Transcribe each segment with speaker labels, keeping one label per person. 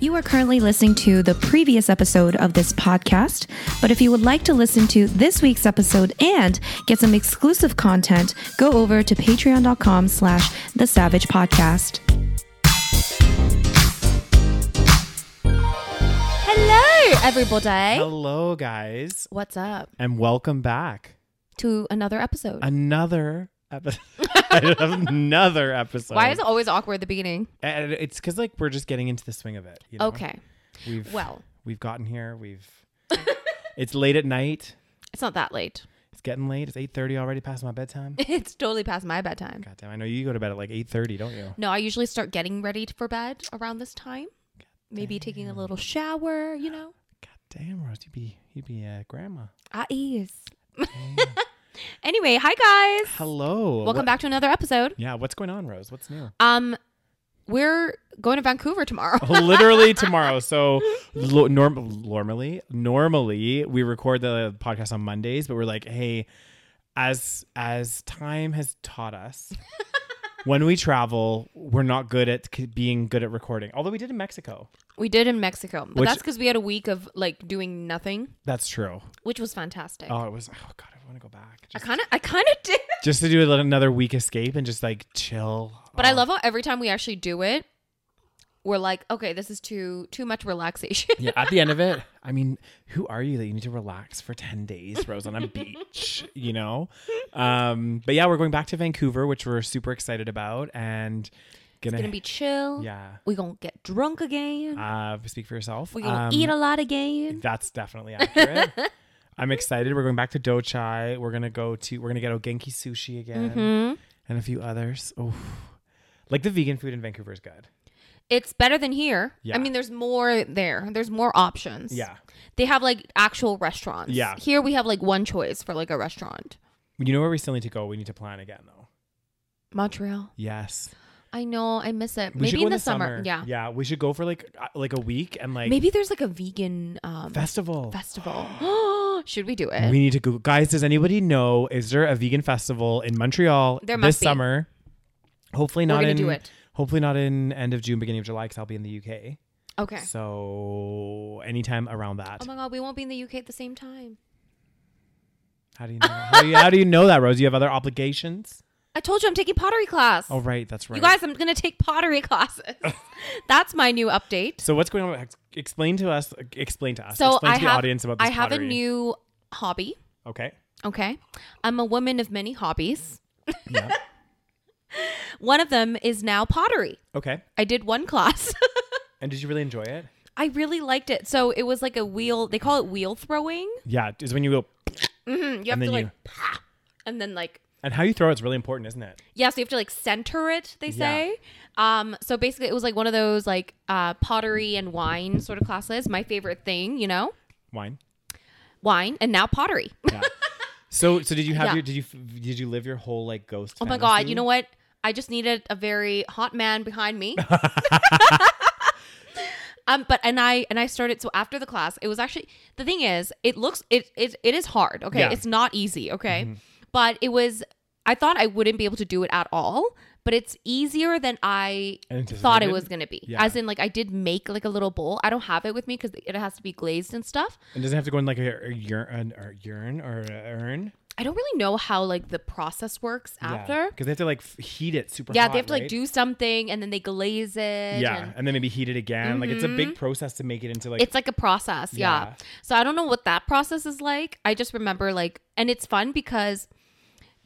Speaker 1: You are currently listening to the previous episode of this podcast, but if you would like to listen to this week's episode and get some exclusive content, go over to patreon.com slash the savage podcast. Hello, everybody.
Speaker 2: Hello, guys,
Speaker 1: What's up
Speaker 2: and welcome back.
Speaker 1: to another episode?
Speaker 2: Another episode. Another episode.
Speaker 1: Why is it always awkward at the beginning?
Speaker 2: And it's because like we're just getting into the swing of it. you know?
Speaker 1: Okay.
Speaker 2: We've
Speaker 1: Well,
Speaker 2: we've gotten here. We've. it's late at night.
Speaker 3: It's not that late.
Speaker 2: It's getting late. It's eight thirty already. Past my bedtime.
Speaker 3: It's totally past my bedtime.
Speaker 2: God damn! I know you go to bed at like eight thirty, don't you?
Speaker 3: No, I usually start getting ready for bed around this time. Maybe taking a little shower, you know.
Speaker 2: God damn, Rose, you be you be a grandma.
Speaker 1: I ease.
Speaker 3: Anyway, hi guys.
Speaker 2: Hello.
Speaker 3: Welcome back to another episode.
Speaker 2: Yeah, what's going on, Rose? What's new?
Speaker 3: Um we're going to Vancouver tomorrow.
Speaker 2: Oh. Literally tomorrow. So lo- norm- normally, normally we record the podcast on Mondays, but we're like, hey, as as time has taught us, when we travel, we're not good at c- being good at recording. Although we did in Mexico.
Speaker 3: We did in Mexico. But
Speaker 2: Which-
Speaker 3: that's cuz we had a week of like doing nothing,
Speaker 2: That's true.
Speaker 3: which was fantastic.
Speaker 2: Oh, it was. Oh God, I want to go back.
Speaker 3: I
Speaker 2: Just,
Speaker 3: kind of I kind of did.
Speaker 2: just to do another week escape and just like chill.
Speaker 3: But
Speaker 2: Oh,
Speaker 3: I love how every time we actually do it, we're like, okay, this is too too much relaxation.
Speaker 2: yeah, at the end of it, I mean, who are you that you need to relax for 10 days, Rose, on a beach, you know? Um, but yeah, we're going back to Vancouver, which we're super excited about and gonna,
Speaker 3: It's gonna be chill.
Speaker 2: yeah.
Speaker 3: We gonna get drunk again.
Speaker 2: Uh, speak for yourself.
Speaker 3: we gonna
Speaker 2: Um,
Speaker 3: eat a lot again.
Speaker 2: That's definitely accurate. I'm excited. We're going back to Dochai. We're gonna go to we're gonna get Ogenki sushi again
Speaker 3: Mm-hmm.
Speaker 2: and a few others. Oh, like the vegan food in Vancouver is good.
Speaker 3: It's better than here.
Speaker 2: Yeah.
Speaker 3: I mean, there's more there. There's more options.
Speaker 2: Yeah,
Speaker 3: They have like actual restaurants.
Speaker 2: Yeah.
Speaker 3: Here we have like one choice for like a restaurant.
Speaker 2: you know where we still need to go. We need to plan again though.
Speaker 3: Montreal.
Speaker 2: Yes,
Speaker 3: I know. I miss it.
Speaker 2: We should
Speaker 3: Maybe
Speaker 2: go
Speaker 3: in the, summer. Yeah.
Speaker 2: yeah. We should go for like uh, like a week and like
Speaker 3: Maybe there's like a vegan um,
Speaker 2: festival.
Speaker 3: festival. Should we do it?
Speaker 2: we need to go, guys. Does anybody know? Is there a vegan festival in Montreal
Speaker 3: There
Speaker 2: this
Speaker 3: must be.
Speaker 2: summer? Hopefully not
Speaker 3: gonna
Speaker 2: in.
Speaker 3: do it.
Speaker 2: Hopefully not in end of June, beginning of July, because I'll be in the UK.
Speaker 3: okay.
Speaker 2: So anytime around that.
Speaker 3: Oh my god, we won't be in the UK at the same time.
Speaker 2: how do you know? that? how, do you, how do you know that, Rose? You have other obligations.
Speaker 3: I told you I'm taking pottery class.
Speaker 2: Oh right, that's right.
Speaker 3: You guys, I'm going to take pottery classes. That's my new update.
Speaker 2: So what's going on? Ex- Explain to us. Explain to us.
Speaker 3: So
Speaker 2: explain
Speaker 3: I
Speaker 2: to the
Speaker 3: have
Speaker 2: audience about this
Speaker 3: I have a
Speaker 2: pottery.
Speaker 3: new hobby.
Speaker 2: Okay.
Speaker 3: Okay. I'm a woman of many hobbies.
Speaker 2: Yeah.
Speaker 3: One of them is now pottery.
Speaker 2: okay.
Speaker 3: I did one class.
Speaker 2: And did you really enjoy it?
Speaker 3: I really liked it. So it was like a wheel, they call it wheel throwing.
Speaker 2: Yeah. Is when you go
Speaker 3: You have
Speaker 2: and
Speaker 3: to
Speaker 2: then
Speaker 3: like,
Speaker 2: you
Speaker 3: and then like,
Speaker 2: And how you throw it's really important, isn't it?
Speaker 3: yeah, so you have to like center it, they
Speaker 2: Yeah.
Speaker 3: say. Um, so basically, it was like one of those like uh, pottery and wine sort of classes. My favorite thing, you know,
Speaker 2: Wine.
Speaker 3: wine and now pottery.
Speaker 2: Yeah. so so did you have
Speaker 3: Yeah.
Speaker 2: your did you f- did you live your whole like ghost?
Speaker 3: Oh my god, you know what? I just needed a very hot man behind me. um but and I and I started so after the class, it was actually the thing is, it looks it it, it is hard, okay?
Speaker 2: Yeah. Mm-hmm.
Speaker 3: It's not easy, okay? But it was I thought I wouldn't be able to do it at all, but it's easier than I
Speaker 2: Anticipated?
Speaker 3: thought it was going to be.
Speaker 2: Yeah.
Speaker 3: As in like I did make like a little bowl. I don't have it with me cuz it has to be glazed and stuff.
Speaker 2: And doesn't have to go in like a, a urn an, or urn or a urn.
Speaker 3: I don't really know how like the process works after.
Speaker 2: because they have to like f- heat it super.
Speaker 3: Yeah,
Speaker 2: hot,
Speaker 3: they have to like
Speaker 2: right?
Speaker 3: do something and then they glaze it.
Speaker 2: Yeah,
Speaker 3: and Mm-hmm.
Speaker 2: and, then maybe heat it again. Like it's a big process to make it into like.
Speaker 3: it's like a process. Yeah.
Speaker 2: Yeah.
Speaker 3: So I don't know what that process is like. I just remember like, and it's fun because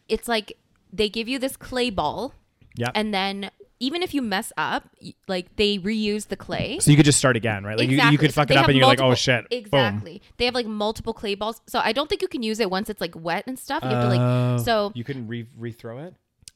Speaker 3: it's like they give you this clay ball,
Speaker 2: yeah.
Speaker 3: and then even if you mess up, y- like they reuse the clay.
Speaker 2: so you could just start again, right? Like you, you could
Speaker 3: So
Speaker 2: fuck
Speaker 3: they
Speaker 2: it up
Speaker 3: have
Speaker 2: and you're like, oh
Speaker 3: multiple-
Speaker 2: shit. boom.
Speaker 3: Exactly. They have like multiple clay balls. So I don't think you can use it once it's like wet and stuff. You have to
Speaker 2: Oh.
Speaker 3: like so
Speaker 2: you couldn't re rethrow it.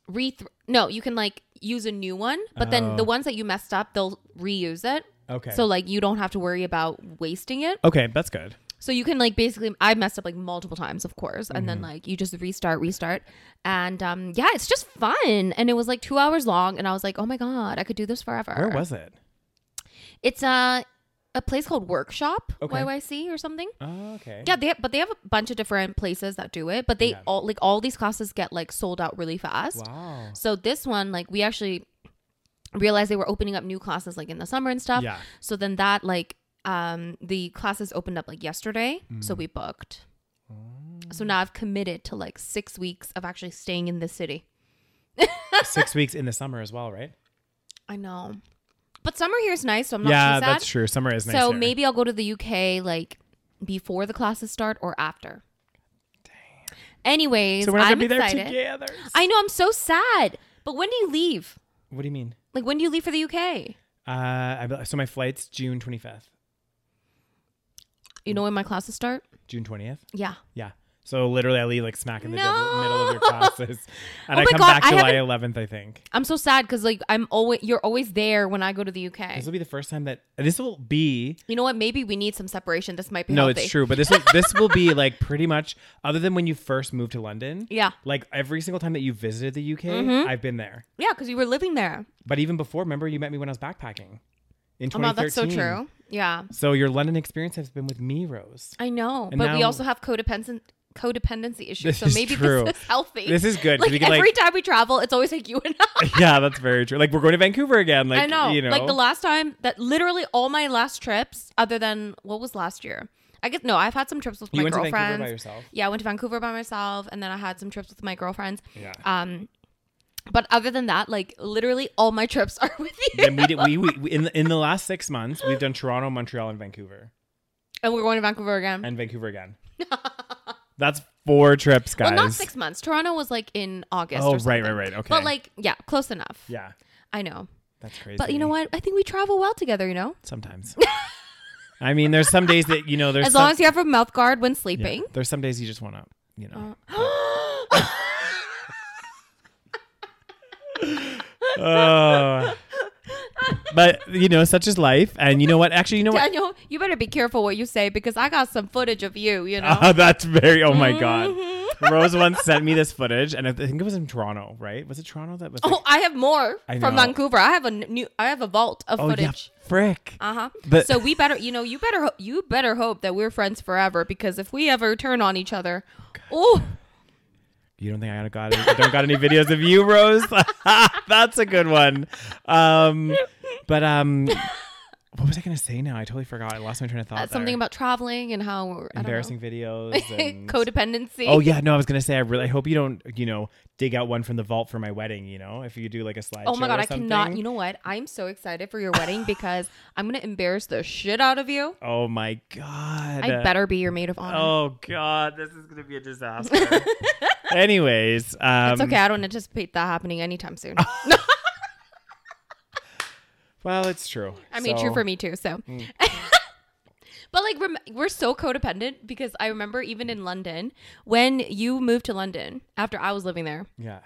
Speaker 3: re no, you can like use a new one, but
Speaker 2: Oh. Oh,
Speaker 3: then the ones that you messed up, they'll reuse it.
Speaker 2: Okay.
Speaker 3: So like you don't have to worry about wasting it.
Speaker 2: okay, that's good.
Speaker 3: So you can like basically I messed up like multiple times, of course, and
Speaker 2: Mm-hmm.
Speaker 3: then like you just restart, restart, and um yeah, it's just fun. And it was like two hours long, and I was like, oh my god, I could do this forever.
Speaker 2: Where was it?
Speaker 3: It's a a place called Workshop
Speaker 2: Okay.
Speaker 3: YYC or something.
Speaker 2: Oh, okay.
Speaker 3: Yeah, they have, but they have a bunch of different places that do it, but they
Speaker 2: Yeah.
Speaker 3: all like all these classes get like sold out really fast.
Speaker 2: Wow.
Speaker 3: So this one, like, we actually realized they were opening up new classes like in the summer and stuff.
Speaker 2: Yeah.
Speaker 3: So then that like um the classes opened up like yesterday,
Speaker 2: Mm.
Speaker 3: so we booked.
Speaker 2: Oh.
Speaker 3: So now I've committed to like six weeks of actually staying in this city.
Speaker 2: Six weeks in the summer as well, right?
Speaker 3: I know, but summer here is nice, so I'm not
Speaker 2: yeah,
Speaker 3: too sad.
Speaker 2: that's true. Summer is nice.
Speaker 3: so
Speaker 2: here.
Speaker 3: maybe I'll go to the UK like before the classes start or after. Anyways,
Speaker 2: so we're not
Speaker 3: I'm
Speaker 2: gonna be
Speaker 3: excited.
Speaker 2: there together.
Speaker 3: I know I'm so sad. But when do you leave?
Speaker 2: what do you mean?
Speaker 3: Like when do you leave for the UK?
Speaker 2: Uh, I, be- so my flight's June twenty fifth,
Speaker 3: You know when my classes start?
Speaker 2: June twentieth.
Speaker 3: Yeah.
Speaker 2: Yeah. So literally, I leave like smack in the
Speaker 3: No.
Speaker 2: devil- middle of your classes, and
Speaker 3: Oh my
Speaker 2: I come
Speaker 3: God,
Speaker 2: back
Speaker 3: I
Speaker 2: July
Speaker 3: haven't-
Speaker 2: eleventh, I think.
Speaker 3: I'm so sad because like I'm always you're always there when I go to the UK.
Speaker 2: This will be the first time that this will be.
Speaker 3: You know what? Maybe we need some separation. This might be
Speaker 2: No,
Speaker 3: healthy.
Speaker 2: it's true, but this will, this will be like pretty much other than when you first moved to London.
Speaker 3: Yeah. Mm-hmm.
Speaker 2: Like every single time that you visited the UK, I've been there.
Speaker 3: Yeah, because you were living there.
Speaker 2: But even before, remember you met me when I was backpacking in
Speaker 3: Oh
Speaker 2: 2013.
Speaker 3: no, that's so true. Yeah,
Speaker 2: So your London experience has been with me, Rose.
Speaker 3: I know.
Speaker 2: And
Speaker 3: but we
Speaker 2: now-
Speaker 3: also have codependent codependency issues.
Speaker 2: This
Speaker 3: So
Speaker 2: is
Speaker 3: maybe
Speaker 2: true.
Speaker 3: this is healthy.
Speaker 2: This is good, 'cause
Speaker 3: Like
Speaker 2: we
Speaker 3: every
Speaker 2: can, like-
Speaker 3: time we travel, it's always like you and I.
Speaker 2: yeah, that's very true. Like we're going to Vancouver again. Like
Speaker 3: I know.
Speaker 2: You know.
Speaker 3: Like the last time that literally all my last trips, other than what was last year. I guess no, I've had some trips with
Speaker 2: You
Speaker 3: my
Speaker 2: went to Vancouver by
Speaker 3: girlfriends.
Speaker 2: yourself?
Speaker 3: Yeah, I went to Vancouver by myself, and then I had some trips with my girlfriends.
Speaker 2: Yeah.
Speaker 3: Um, but other than that, like literally all my trips are with you,
Speaker 2: then we did. We, we, we in the, in the last six months, we've done Toronto, Montreal, and Vancouver,
Speaker 3: and we're going to Vancouver again.
Speaker 2: and Vancouver again. that's four trips, guys.
Speaker 3: well, not six months. Toronto was like in August.
Speaker 2: Oh,
Speaker 3: or
Speaker 2: right,
Speaker 3: something.
Speaker 2: right, right. Okay.
Speaker 3: But like, yeah, close enough.
Speaker 2: Yeah,
Speaker 3: I know.
Speaker 2: that's crazy.
Speaker 3: But you know what? I think we travel well together. You know,
Speaker 2: Sometimes. I mean, there's some days that you know there's
Speaker 3: as long
Speaker 2: some-
Speaker 3: as you have a mouth guard when
Speaker 2: yeah,
Speaker 3: sleeping.
Speaker 2: there's some days you just want to you know.
Speaker 3: Uh,
Speaker 2: Oh. but you know, such is life, and you know what? Actually, you know what?
Speaker 3: Daniel, you better be careful what you say because I got some footage of you. You know.
Speaker 2: Ah, that's very. Oh my god.
Speaker 3: Mm-hmm.
Speaker 2: Rose once sent me this footage, and I think it was in Toronto, right? Was it Toronto that was? Like,
Speaker 3: Oh, I have more
Speaker 2: I
Speaker 3: from
Speaker 2: know.
Speaker 3: Vancouver. I have a n- new. I have a vault of
Speaker 2: Oh,
Speaker 3: footage.
Speaker 2: yeah, frick.
Speaker 3: Uh huh.
Speaker 2: The-
Speaker 3: So we better, you know, you better, ho- you better hope that we're friends forever because if we ever turn on each other, oh,
Speaker 2: You don't think I got any, don't got any videos of you, Rose? That's a good one. Um, but um, what was I gonna say now? I totally forgot. I lost my train of thought.
Speaker 3: that's Uh, something
Speaker 2: there.
Speaker 3: about traveling and how we're- I don't know.
Speaker 2: embarrassing videos. And...
Speaker 3: codependency.
Speaker 2: Oh yeah, no, I was gonna say I really I hope you don't you know dig out one from the vault for my wedding. You know, if you do like a slideshow.
Speaker 3: Oh my god,
Speaker 2: or
Speaker 3: I cannot.
Speaker 2: something.
Speaker 3: You know what? I'm so excited for your wedding because I'm gonna embarrass the shit out of you.
Speaker 2: Oh my god.
Speaker 3: I better be your maid of honor.
Speaker 2: Oh god, this is gonna be a disaster. Anyways, um,
Speaker 3: it's okay. I don't anticipate that happening anytime soon.
Speaker 2: well, it's true.
Speaker 3: I mean,
Speaker 2: So- Mm.
Speaker 3: true for me too. So, but like, rem- we're so codependent because I remember even in London when you moved to London after I was living there,
Speaker 2: Yeah.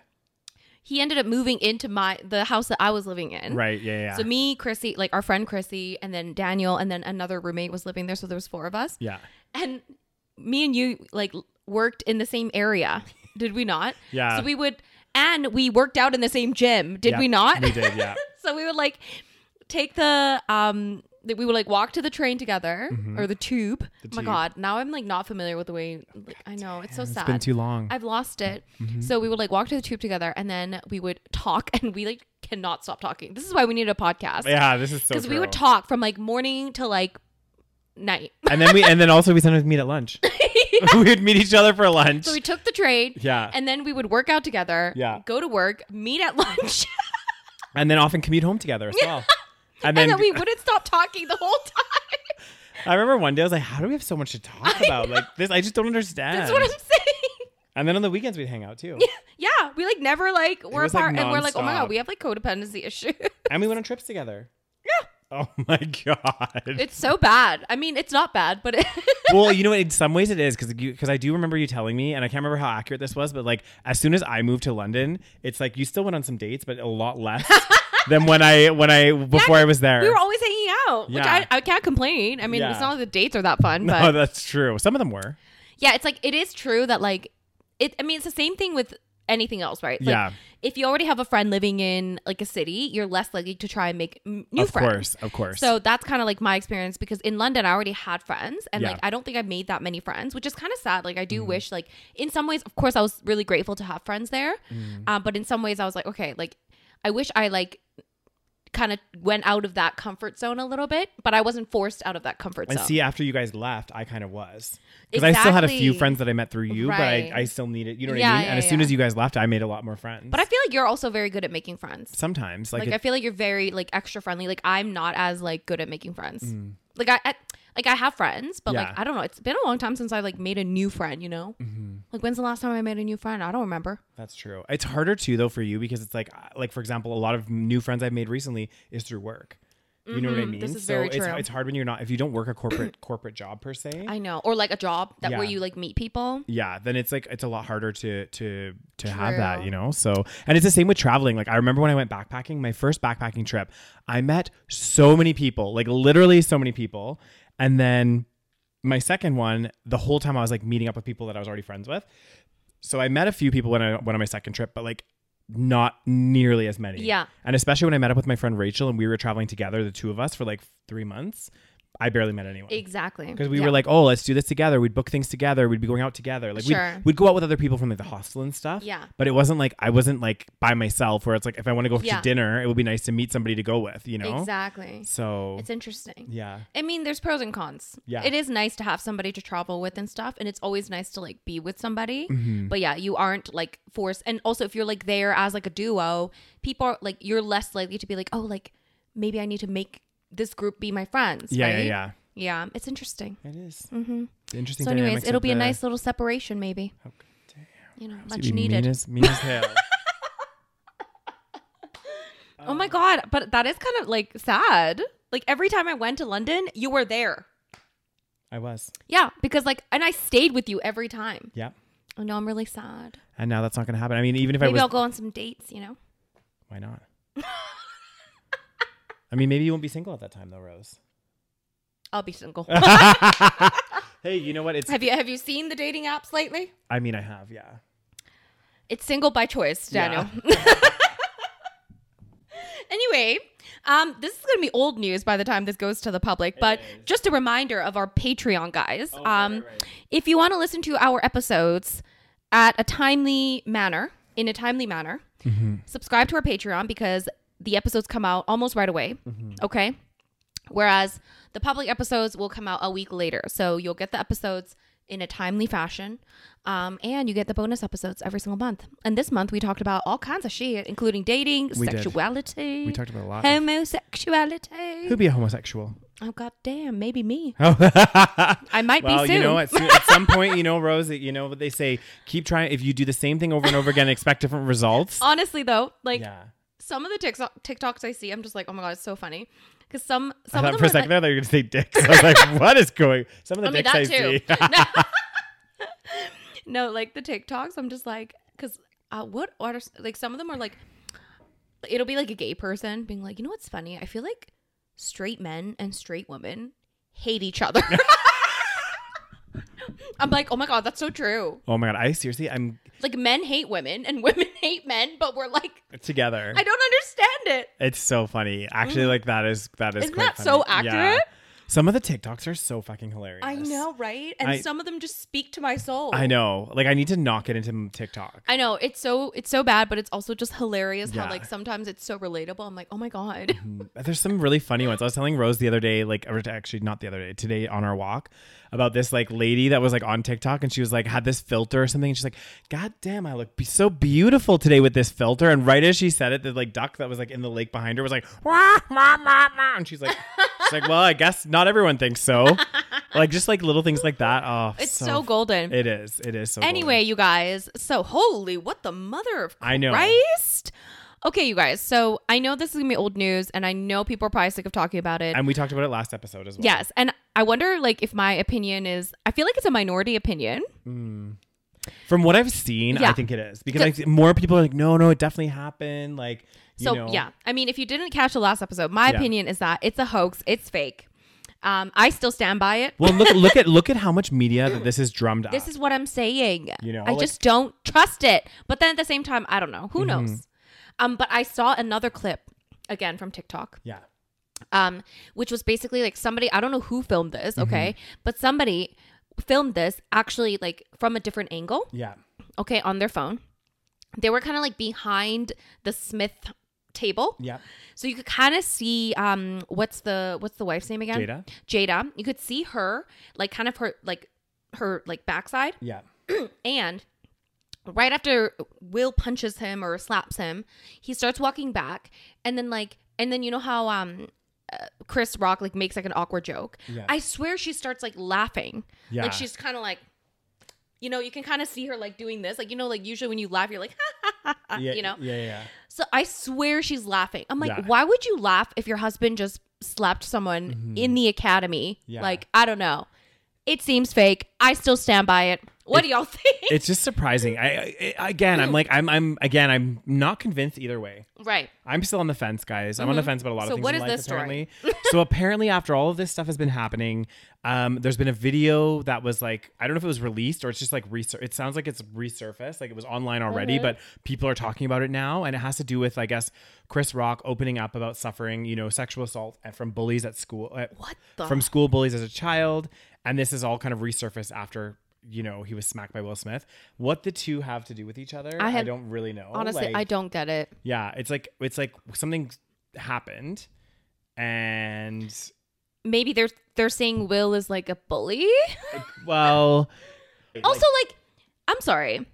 Speaker 3: he ended up moving into my the house that I was living in.
Speaker 2: Right. Yeah. Yeah.
Speaker 3: So me, Chrissy, like our friend Chrissy, and then Daniel, and then another roommate was living there. So there was four of us,
Speaker 2: yeah.
Speaker 3: and me and you like l- worked in the same area. Did we not?
Speaker 2: Yeah.
Speaker 3: So we would, and we worked out in the same gym. Did
Speaker 2: Yeah,
Speaker 3: we not?
Speaker 2: We did. Yeah.
Speaker 3: so we would like take the um that we would like walk to the train together or the tube. oh my
Speaker 2: Mm-hmm. tube. Oh
Speaker 3: god, now I'm like not familiar with the way like, I know. It's so sad.
Speaker 2: It's been too Mm-hmm. long.
Speaker 3: I've lost it. So we would like walk to the tube together and then we would talk and we like cannot stop talking. This is why we need a podcast.
Speaker 2: yeah, this is so.
Speaker 3: Cuz we
Speaker 2: true.
Speaker 3: would talk from like morning to like night.
Speaker 2: and then we, and then also we sometimes meet at lunch. we would meet each other for lunch.
Speaker 3: so we took the train.
Speaker 2: Yeah.
Speaker 3: And then we would work out together.
Speaker 2: Yeah.
Speaker 3: Go to work, meet at lunch.
Speaker 2: and then often commute home together as well. And
Speaker 3: and then,
Speaker 2: then
Speaker 3: we wouldn't stop talking the whole time.
Speaker 2: I remember one day I was like, "How do we have so much to talk about? Like this, I just don't understand."
Speaker 3: That's what I'm saying.
Speaker 2: and then on the weekends we'd hang out too,
Speaker 3: Yeah, we like never like we're
Speaker 2: was, like,
Speaker 3: apart and we're like, oh my
Speaker 2: nonstop.
Speaker 3: god, we have like codependency issue.
Speaker 2: and we went on trips together. Yeah. Oh my god.
Speaker 3: it's so bad. I mean, it's not bad, but it-
Speaker 2: well, you know, in some ways it is because because I do remember you telling me, and I can't remember how accurate this was, but like as soon as I moved to London, it's like you still went on some dates, but a lot less than when I when I before I was there.
Speaker 3: We were always hanging out, which
Speaker 2: Yeah.
Speaker 3: I, I can't complain. I mean,
Speaker 2: Yeah.
Speaker 3: it's not like the dates are that fun, but
Speaker 2: no, that's true. Some of them were.
Speaker 3: yeah, it's like it is true that like it. I mean, it's the same thing with anything else, right? It's
Speaker 2: Yeah.
Speaker 3: Like, if you already have a friend living in like a city, you're less likely to try and make mm, new
Speaker 2: of
Speaker 3: friends.
Speaker 2: course, of course.
Speaker 3: So that's kind of like my experience because in London I already had friends and
Speaker 2: Yeah. Mm-hmm.
Speaker 3: like I don't think I made that many friends, which is kind of sad. Like I do wish, like in some ways, of course, I was really grateful to have friends there,
Speaker 2: Mm-hmm. Mm.
Speaker 3: um, but in some ways I was like, okay, like I wish I like kind of went out of that comfort zone a little bit, but I wasn't forced out of that comfort
Speaker 2: and
Speaker 3: zone.
Speaker 2: see, after you guys left, I kind of was because I still had a few
Speaker 3: Exactly.
Speaker 2: friends that I met through you,
Speaker 3: Right.
Speaker 2: but I, I still needed. You know what
Speaker 3: Yeah,
Speaker 2: I mean?
Speaker 3: yeah,
Speaker 2: and as soon
Speaker 3: yeah.
Speaker 2: as you guys left, I made a lot more friends.
Speaker 3: but I feel like you're also very good at making friends.
Speaker 2: sometimes like,
Speaker 3: Like,
Speaker 2: it-
Speaker 3: I feel like you're very like extra friendly. Like I'm not as like good at making friends. Like I, I like I have friends, but
Speaker 2: Mm. Yeah.
Speaker 3: like I don't know. It's been a long time since I like made a new friend. You know,
Speaker 2: Mm-hmm.
Speaker 3: like when's the last time I made a new friend? I don't remember.
Speaker 2: That's true. It's harder too though for you because it's like uh, like for example, a lot of new friends I've made recently is through work. You know what I mean?
Speaker 3: Mm-hmm. This is very
Speaker 2: it's,
Speaker 3: true.
Speaker 2: it's hard when you're not if you don't work a corporate corporate job per se.
Speaker 3: I know, or like a job that where
Speaker 2: Yeah.
Speaker 3: you like meet people.
Speaker 2: yeah, then it's like it's a lot harder to to to have that,
Speaker 3: True.
Speaker 2: you know. So and it's the same with traveling. Like I remember when I went backpacking, my first backpacking trip, I met so many people, like literally so many people. And then my second one, the whole time I was like meeting up with people that I was already friends with. So I met a few people when I went on my second trip, but like not nearly as many.
Speaker 3: Yeah.
Speaker 2: And especially when I met up with my friend Rachel and we were traveling together, the two of us for like three months, I barely met anyone.
Speaker 3: Exactly.
Speaker 2: Because we
Speaker 3: Yeah.
Speaker 2: were like, oh, let's do this together. We'd book things together. We'd be going out together. Like
Speaker 3: Sure.
Speaker 2: we'd, we'd go out with other people from like the hostel and stuff.
Speaker 3: Yeah.
Speaker 2: But it wasn't like I wasn't like by myself where it's like if I want to go
Speaker 3: Yeah.
Speaker 2: to dinner, it would be nice to meet somebody to go with, you know?
Speaker 3: exactly.
Speaker 2: So
Speaker 3: It's interesting.
Speaker 2: yeah.
Speaker 3: I mean, there's pros and cons.
Speaker 2: Yeah.
Speaker 3: It is nice to have somebody to travel with and stuff. And it's always nice to like be with somebody.
Speaker 2: Mm-hmm.
Speaker 3: But yeah, you aren't like forced. And also, if you're like there as like a duo, people are like, you're less likely to be like, oh, like maybe I need to make this group be my friends.
Speaker 2: Yeah,
Speaker 3: right?
Speaker 2: yeah,
Speaker 3: Yeah. It's interesting.
Speaker 2: yeah. It is. Mm-hmm. Interesting.
Speaker 3: So, anyways,
Speaker 2: dynamics
Speaker 3: it'll
Speaker 2: of
Speaker 3: be a
Speaker 2: the- Oh,
Speaker 3: nice little separation, maybe. You know,
Speaker 2: It'd
Speaker 3: much
Speaker 2: be mean
Speaker 3: needed.
Speaker 2: as- mean as hell.
Speaker 3: Oh my God. But that is kind of like sad. Like every time I went to London, you were there.
Speaker 2: I was.
Speaker 3: Yeah. Because like, and I stayed with you every time.
Speaker 2: Yeah.
Speaker 3: I know I'm really sad.
Speaker 2: And now that's not going to happen. I mean, even if I
Speaker 3: Maybe
Speaker 2: was.
Speaker 3: I'll go on some dates, you know?
Speaker 2: Why not? I mean, maybe you won't be single at that time, though, Rose.
Speaker 3: I'll be single.
Speaker 2: hey, you know what? It's.
Speaker 3: have you have you seen the dating apps lately?
Speaker 2: I mean, I have, yeah.
Speaker 3: It's single by choice, Daniel. anyway, um, this is gonna be old news by the time this goes to the public, but just a reminder of our Patreon guys.
Speaker 2: Oh,
Speaker 3: um if you want to listen to our episodes at a timely manner, in a timely manner, subscribe to our Patreon because the episodes come out almost right away.
Speaker 2: Mm-hmm.
Speaker 3: Okay. Whereas the public episodes will come out a week later. So you'll get the episodes in a timely fashion. Um, and you get the bonus episodes every single month. And this month we talked about all kinds of shit, including dating,
Speaker 2: We did.
Speaker 3: sexuality,
Speaker 2: We talked about a lot.
Speaker 3: homosexuality.
Speaker 2: Who'd be a homosexual?
Speaker 3: Oh, god damn, maybe me.
Speaker 2: well,
Speaker 3: I might be soon.
Speaker 2: you know, at, so- at some point, you know, Rose, you know what they say: keep trying. If you do the same thing over and over again, expect different results.
Speaker 3: Honestly though, like
Speaker 2: yeah.
Speaker 3: some of the TikTok, TikToks I see, I'm just like, oh my god, it's so funny. Because some
Speaker 2: I
Speaker 3: some of
Speaker 2: thought
Speaker 3: them
Speaker 2: Uh, for a
Speaker 3: are
Speaker 2: second
Speaker 3: like,
Speaker 2: there that you were gonna say dicks. I was like, what is going? Some of the
Speaker 3: I mean
Speaker 2: dicks
Speaker 3: that
Speaker 2: I
Speaker 3: too.
Speaker 2: see.
Speaker 3: no, like the TikToks, I'm just like, because uh, what are like some of them are like, it'll be like a gay person being like, you know what's funny? I feel like straight men and straight women hate each other. I'm like, oh my god, that's so true.
Speaker 2: oh my god! I seriously, I'm
Speaker 3: Like men hate women and women hate men, but we're like,
Speaker 2: together.
Speaker 3: I don't understand it.
Speaker 2: It's so funny. Actually, like that is that is
Speaker 3: Isn't
Speaker 2: quite
Speaker 3: that so
Speaker 2: funny. Yeah.
Speaker 3: accurate?
Speaker 2: Some of the TikToks are so fucking hilarious.
Speaker 3: I know, right? And
Speaker 2: I-
Speaker 3: some of them just speak to my soul.
Speaker 2: I know. Like I need to knock it into TikTok.
Speaker 3: I know it's so it's so bad, but it's also just hilarious
Speaker 2: Yeah. Mm-hmm.
Speaker 3: how like sometimes it's so relatable. I'm like, oh my god,
Speaker 2: There's some really funny ones. I was telling Rose the other day, like or actually not the other day, today on our walk, about this like lady that was like on TikTok and she was like had this filter or something. And she's like, "God damn, I look be- so beautiful today with this filter." And right as she said it, the like duck that was like in the lake behind her was like, wah, wah, wah, wah. and she's like, she's like, well, I guess not everyone thinks so. like just like little things like that. Oh,
Speaker 3: it's so, golden.
Speaker 2: It is. It is so. golden.
Speaker 3: anyway, you guys, so holy, what the mother of
Speaker 2: I know.
Speaker 3: Christ! Okay, you guys, so I know this is gonna be old news, and I know people are probably sick of talking about it.
Speaker 2: and we talked about it last episode as well.
Speaker 3: yes, and I wonder like if my opinion is. I feel like it's a minority opinion.
Speaker 2: From what I've seen, I
Speaker 3: Yeah.
Speaker 2: think it is because like, more people are like, no, no, it definitely happened. Like
Speaker 3: So
Speaker 2: know.
Speaker 3: yeah, I mean, if you didn't catch the last episode, my
Speaker 2: Yeah.
Speaker 3: opinion is that it's a hoax. It's fake. Um, I still stand by it.
Speaker 2: Well, look look at look at how much media that this is drummed up.
Speaker 3: This is what I'm saying.
Speaker 2: You know,
Speaker 3: I
Speaker 2: like-
Speaker 3: just don't trust it. But then at the same time, I don't know. Who
Speaker 2: Mm-hmm.
Speaker 3: knows? Um, but I saw another clip again from TikTok,
Speaker 2: yeah.
Speaker 3: um, which was basically like somebody I don't know who filmed this,
Speaker 2: Mm-hmm.
Speaker 3: okay, but somebody filmed this actually like from a different angle,
Speaker 2: Yeah.
Speaker 3: okay, on their phone. They were kind of like behind the Smith table,
Speaker 2: Yeah.
Speaker 3: so you could kind of see um what's the what's the wife's name again?
Speaker 2: Jada.
Speaker 3: Jada. You could see her like kind of her like her like backside
Speaker 2: Yeah.
Speaker 3: and right after Will punches him or slaps him, he starts walking back and then like and then you know how um uh, Chris Rock like makes like an awkward joke.
Speaker 2: Yeah.
Speaker 3: I swear she starts like laughing.
Speaker 2: Yeah.
Speaker 3: Like she's kind of like you know, you can kind of see her like doing this. Like you know like usually when you laugh you're like
Speaker 2: yeah.
Speaker 3: Uh, you know?
Speaker 2: Yeah. Yeah.
Speaker 3: so I swear she's laughing. I'm like,
Speaker 2: Yeah.
Speaker 3: why would you laugh if your husband just slapped someone in the academy?
Speaker 2: Mm-hmm. Yeah.
Speaker 3: Like, I don't know. It seems fake. I still stand by it. What do y'all think?
Speaker 2: It's just surprising. I, I- I again, I'm like, I'm, I'm again, I'm not convinced either way.
Speaker 3: right.
Speaker 2: I'm still on the fence, guys. I'm on the fence about a lot
Speaker 3: Mm-hmm. So
Speaker 2: of things.
Speaker 3: what
Speaker 2: in
Speaker 3: is
Speaker 2: life,
Speaker 3: this story?
Speaker 2: apparently. so apparently, after all of this stuff has been happening, um, there's been a video that was like, I don't know if it was released or it's just like resur- It sounds like it's resurfaced, like it was online already,
Speaker 3: Mm-hmm.
Speaker 2: but people are talking about it now, and it has to do with, I guess, Chris Rock opening up about suffering, you know, sexual assault and from bullies at school, uh,
Speaker 3: What the-
Speaker 2: from school bullies as a child, and this is all kind of resurfaced after. You know, he was smacked by Will Smith. What the two have to do with each other,
Speaker 3: I
Speaker 2: I,
Speaker 3: have-
Speaker 2: don't really know.
Speaker 3: Honestly,
Speaker 2: Oh, Like-
Speaker 3: I don't get it.
Speaker 2: yeah, it's like it's like something happened, and
Speaker 3: Maybe they're they're saying Will is like a bully.
Speaker 2: well,
Speaker 3: also, like, I'm sorry.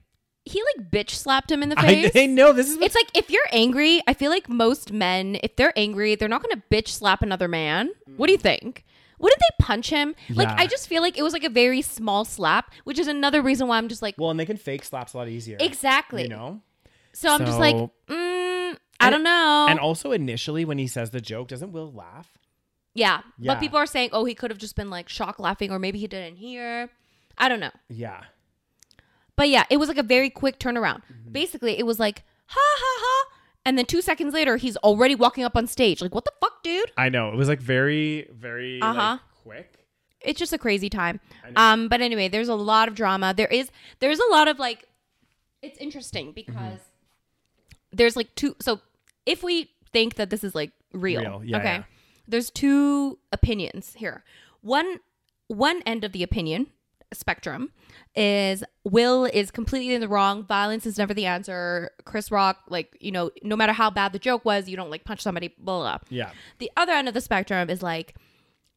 Speaker 3: He like bitch slapped him in the
Speaker 2: I,
Speaker 3: face.
Speaker 2: I know this is
Speaker 3: it's like if you're angry, I feel like most men, if they're angry, they're not gonna bitch slap another man. What do you think? Wouldn't they punch him? Like
Speaker 2: Mm. Yeah.
Speaker 3: I just feel like it was like a very small slap, which is another reason why I'm just like
Speaker 2: well, and they can fake slaps a lot easier.
Speaker 3: exactly.
Speaker 2: You know,
Speaker 3: So I'm just like,
Speaker 2: So-
Speaker 3: mm, I don't know.
Speaker 2: and also initially when he says the joke, doesn't Will laugh?
Speaker 3: yeah.
Speaker 2: Yeah.
Speaker 3: but people are saying, oh, he could have just been like shock laughing, or maybe he didn't hear. I don't know.
Speaker 2: Yeah,
Speaker 3: But yeah, it was like a very quick turnaround. Basically, it was like ha ha ha, and then two seconds later, he's already walking up on stage. Like, what the fuck, dude?
Speaker 2: I know. It was like very, very
Speaker 3: like, Uh-huh.
Speaker 2: quick.
Speaker 3: it's just a crazy time. Um, but anyway, there's a lot of drama. There is there's a lot of like it's interesting
Speaker 2: Mm-hmm.
Speaker 3: because there's like two so if we think that this is like real,
Speaker 2: Real, yeah,
Speaker 3: okay.
Speaker 2: yeah.
Speaker 3: There's two opinions here. One one end of the opinion spectrum is Will is completely in the wrong. Violence is never the answer. Chris Rock, like, you know, no matter how bad the joke was, you don't like punch somebody, blah blah. blah.
Speaker 2: Yeah,
Speaker 3: The other end of the spectrum is like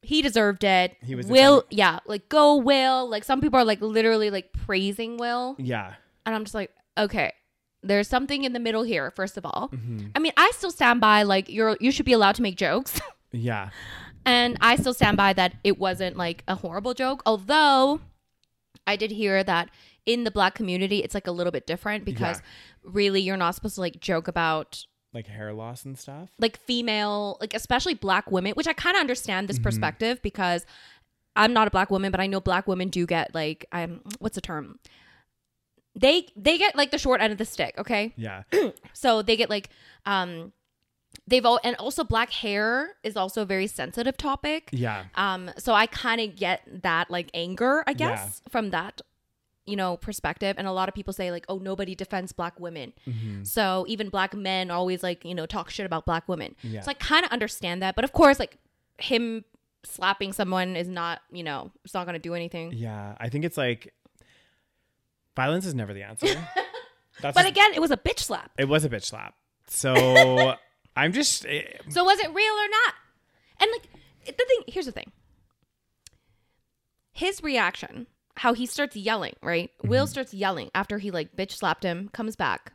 Speaker 3: he deserved it.
Speaker 2: He was the
Speaker 3: Will, yeah, like go Will. Like some people are like literally like praising Will,
Speaker 2: yeah,
Speaker 3: and I'm just like, okay, there's something in the middle here. First of all,
Speaker 2: Mm-hmm.
Speaker 3: I mean, I still stand by like you're you should be allowed to make jokes,
Speaker 2: yeah.
Speaker 3: and I still stand by that it wasn't like a horrible joke. Although I did hear that in the black community, it's like a little bit different because really you're not supposed to like joke about
Speaker 2: Like hair loss and stuff.
Speaker 3: like female, like especially black women, which I kind of understand this perspective because I'm not a black woman, but I know black women do get like um what's the term? They they get like the short end of the stick, okay?
Speaker 2: Yeah,
Speaker 3: So they get like um they've all and also black hair is also a very sensitive topic.
Speaker 2: yeah,
Speaker 3: Um so I kind of get that like anger, I
Speaker 2: Yeah.
Speaker 3: guess, from that you know perspective and a lot of people say like oh nobody defends black women
Speaker 2: Mm-hmm.
Speaker 3: so even black men always like you know talk shit about black women
Speaker 2: Yeah.
Speaker 3: so i kind of understand that but of course like him slapping someone is not you know it's not gonna do anything
Speaker 2: yeah. I think it's like violence is never the answer. That's
Speaker 3: but
Speaker 2: just-
Speaker 3: again it was a bitch slap
Speaker 2: it was a bitch slap. So I'm just eh,
Speaker 3: so was it real or not and like it- the thing here's the thing his reaction how he starts yelling right
Speaker 2: Mm-hmm.
Speaker 3: will starts yelling after he like bitch slapped him comes back